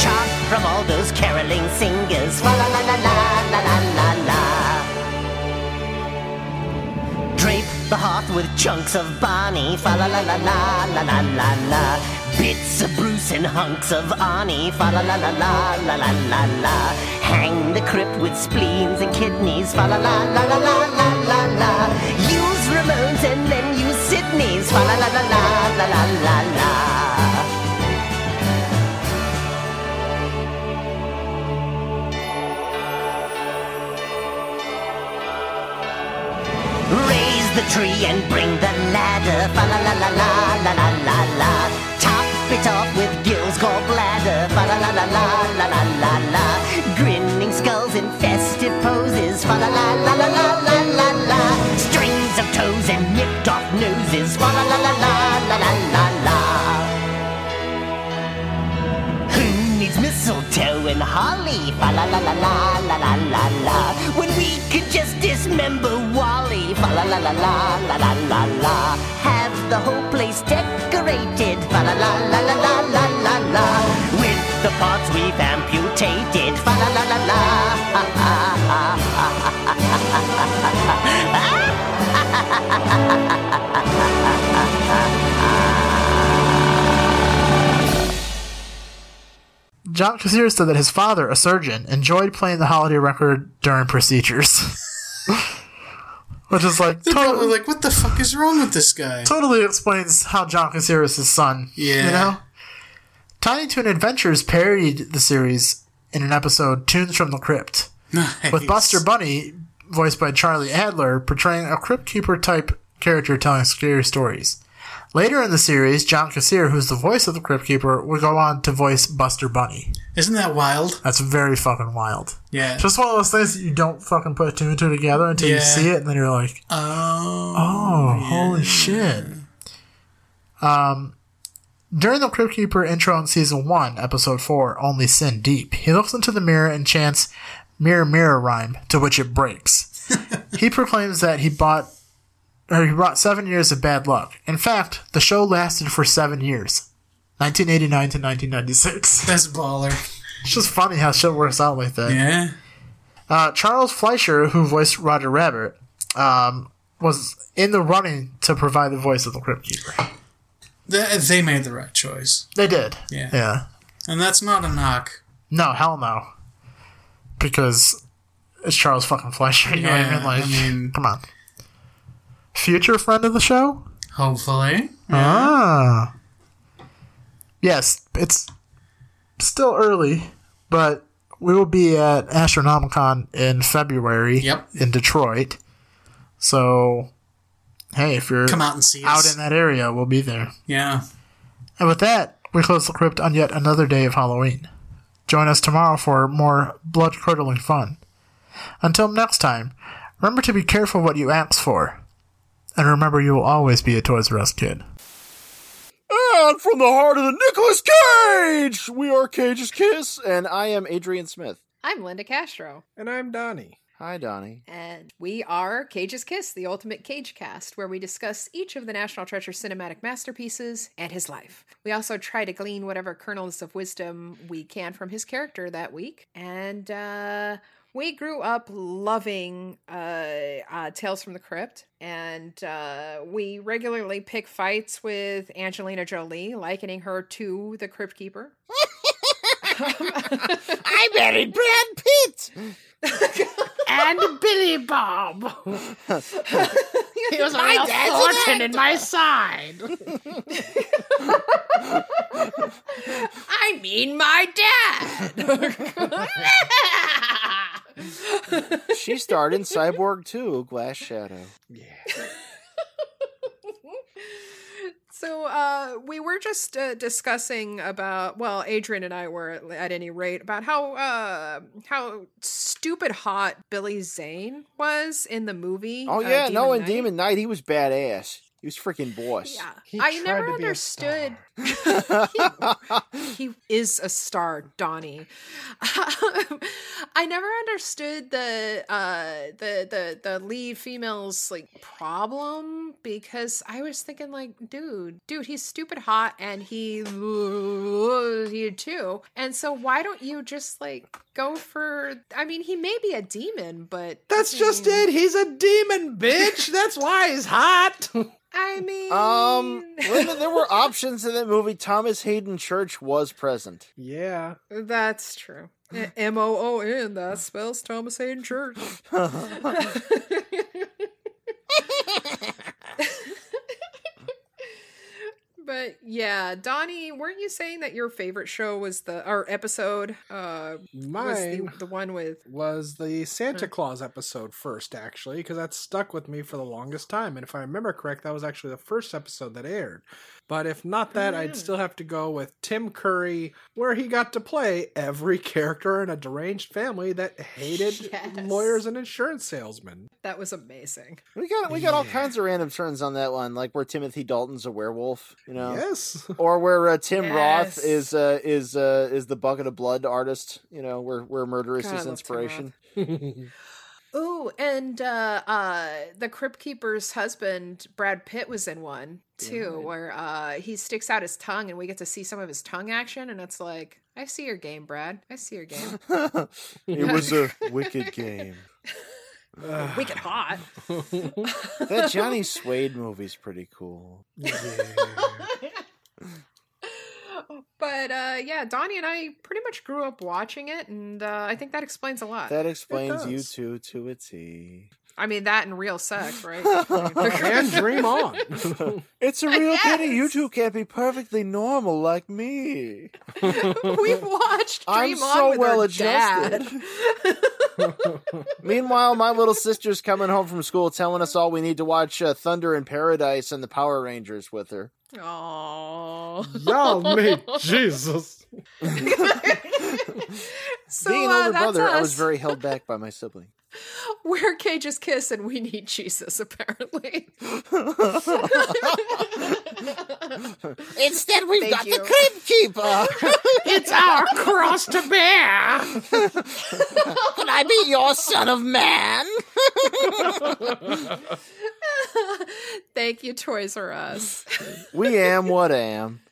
Speaker 9: Chant from all those caroling singers. Fa la la la la la la la la. Drape the hearth with chunks of Barney. Fa la la la la la la la la. Bits of Bruce and hunks of Arnie. Fa la la la la la la la la. Hang the crypt with spleens and kidneys. Fa la la la la la la la la. Use Ramones and then use Sydney's. Fa la la la la la la la la. Raise the tree and bring the ladder. Fa la la la la la la la la. Top it off with Gil's gallbladder. Fa la la la la la la la la. Grinning skulls in festive poses. Fa la la la la la la la la. Strings of toes and nipped off noses. Fa la la la la la la la la. Who needs mistletoe and holly? Fa la la la la la la la la. When we could just dismember Wally. Fa la la la la la la la la. Have the whole place decorated. Fa la la la la la la la la. With
Speaker 1: John Cassier said that his father, a surgeon, enjoyed playing the holiday record during procedures. Which is like
Speaker 2: They're
Speaker 1: totally,
Speaker 2: probably like, what the fuck is wrong with this guy?
Speaker 1: totally explains how John Cassier is his son.
Speaker 2: Yeah.
Speaker 1: You know? Tiny Toon Adventures parodied the series in an episode, Tunes from the Crypt, with
Speaker 2: Nice.
Speaker 1: Buster Bunny, voiced by Charlie Adler, portraying a crypt keeper type character telling scary stories. Later in the series, John Cassier, who's the voice of the Crypt Keeper, would go on to voice Buster Bunny.
Speaker 2: Isn't that wild?
Speaker 1: That's very fucking wild.
Speaker 2: Yeah.
Speaker 1: Just one of those things that you don't fucking put two and two together until you
Speaker 2: Yeah.
Speaker 1: see it, and then you're like,
Speaker 2: oh.
Speaker 1: Oh, holy shit. Um, during the Crypt Keeper intro in season one, episode four, Only Sin Deep, he looks into the mirror and chants Mirror Mirror Rhyme, to which it breaks. he proclaims that he bought or he brought seven years of bad luck. In fact, the show lasted for seven years. 1989 to 1996.
Speaker 2: That's baller.
Speaker 1: It's just funny how shit works out like that.
Speaker 2: Yeah.
Speaker 1: Uh, Charles Fleischer, who voiced Roger Rabbit, um, was in the running to provide the voice of the Crypt Keeper.
Speaker 2: They, they made the right choice.
Speaker 1: They did.
Speaker 2: Yeah.
Speaker 1: Yeah.
Speaker 2: And that's not a knock.
Speaker 1: No, hell no. Because it's Charles fucking Fleischer. You know what I
Speaker 2: Yeah,
Speaker 1: mean? Like,
Speaker 2: I mean-
Speaker 1: come on. Future friend of the show?
Speaker 2: Hopefully.
Speaker 1: Ah. Yes, it's still early, but we will be at Astronomicon in February
Speaker 2: Yep.
Speaker 1: in Detroit. So, hey, if you're
Speaker 2: Come out and see
Speaker 1: out
Speaker 2: us.
Speaker 1: in that area, we'll be there.
Speaker 2: yeah.
Speaker 1: And with that, we close the crypt on yet another day of Halloween. Join us tomorrow for more blood curdling fun. Until next time, remember to be careful what you ask for. And remember, you will always be a Toys R Us kid.
Speaker 10: And from the heart of the Nicolas Cage, we are Cage's Kiss, and I am Adrian Smith.
Speaker 9: I'm Linda Castro,
Speaker 6: And I'm Donnie.
Speaker 10: Hi, Donnie.
Speaker 9: and we are Cage's Kiss, the ultimate cage cast, where we discuss each of the National Treasure cinematic masterpieces and his life. We also try to glean whatever kernels of wisdom we can from his character that week. And uh, we grew up loving uh, uh, Tales from the Crypt, and uh, we regularly pick fights with Angelina Jolie, likening her to the Crypt Keeper.
Speaker 10: I married Brad Pitt.
Speaker 11: and Billy Bob. he was my
Speaker 10: dad's an
Speaker 11: Thornton in my side. I mean, my dad.
Speaker 10: She starred in Cyborg 2, Glass Shadow.
Speaker 9: So uh, we were just uh, discussing about well, Adrian and I were at, at any rate about how uh, how stupid hot Billy Zane was in the movie.
Speaker 10: Oh
Speaker 9: uh,
Speaker 10: yeah, no, in
Speaker 9: Knight.
Speaker 10: Demon Knight he was badass. He was freaking boss.
Speaker 9: Yeah,
Speaker 6: He
Speaker 9: I
Speaker 6: tried
Speaker 9: never
Speaker 6: to be a
Speaker 9: understood.
Speaker 6: star.
Speaker 9: he is a star, Donnie. I never understood the uh the the the lead female's like problem because I was thinking like, dude, dude, he's stupid hot and he loves you too. And so why don't you just like go for I mean, he may be a demon, but
Speaker 6: That's just it. He's a demon, bitch. That's why he's hot.
Speaker 9: I mean
Speaker 10: Um, Linda, there were options in that movie. Thomas Hayden Church was present.
Speaker 6: yeah.
Speaker 9: That's true. M O O N, that spells Thomas Hayden Church. but yeah, Donnie, weren't you saying that your favorite show was the or episode uh was
Speaker 6: Mine
Speaker 9: the,
Speaker 6: was the,
Speaker 9: the one with
Speaker 6: Santa Claus episode first, actually, because that stuck with me for the longest time. And if I remember correct, that was actually the first episode that aired. But if not that,
Speaker 9: Hmm.
Speaker 6: I'd still have to go with Tim Curry, where he got to play every character in a deranged family that hated
Speaker 9: Yes.
Speaker 6: lawyers and insurance salesmen.
Speaker 9: that was amazing.
Speaker 10: We got we got all kinds of random turns on that one, like where Timothy Dalton's a werewolf, you know,
Speaker 6: Yes.
Speaker 10: or where uh, Tim
Speaker 9: Yes.
Speaker 10: Roth is uh, is uh, is the bucket of blood artist, you know, where where murder is
Speaker 9: God, I
Speaker 10: his
Speaker 9: love Tim
Speaker 10: inspiration.
Speaker 9: Ooh, and uh uh the Crypt Keeper's husband, Brad Pitt, was in one too, where uh he sticks out his tongue and we get to see some of his tongue action and it's like, I see your game, Brad. I see your game.
Speaker 10: It was a wicked game.
Speaker 9: Wicked hot.
Speaker 10: That Johnny Suede movie's pretty cool.
Speaker 9: But uh, yeah, Donnie and I pretty much grew up watching it, and uh, I think that explains a lot.
Speaker 10: That explains you two to a T.
Speaker 9: I mean, that and real sex, right?
Speaker 6: and dream on.
Speaker 10: it's a real pity you two can't be perfectly normal like me.
Speaker 9: We've watched Dream
Speaker 10: I'm
Speaker 9: On
Speaker 10: so
Speaker 9: with
Speaker 10: well
Speaker 9: her
Speaker 10: adjusted.
Speaker 9: dad.
Speaker 10: Meanwhile, my little sister's coming home from school telling us all we need to watch uh, Thunder in Paradise and the Power Rangers with her.
Speaker 9: Aww.
Speaker 6: Y'all need Jesus.
Speaker 9: So
Speaker 10: Being an
Speaker 9: uh,
Speaker 10: older
Speaker 9: that's
Speaker 10: brother,
Speaker 9: us.
Speaker 10: I was very held back by my sibling.
Speaker 9: We're Cage's Kiss, and we need Jesus, apparently.
Speaker 10: Instead, we've
Speaker 9: Thank got the you.
Speaker 10: Crib Keeper.
Speaker 12: It's our cross to bear.
Speaker 10: Could I be your son of man?
Speaker 9: Thank you, Toys R Us.
Speaker 10: We am what am.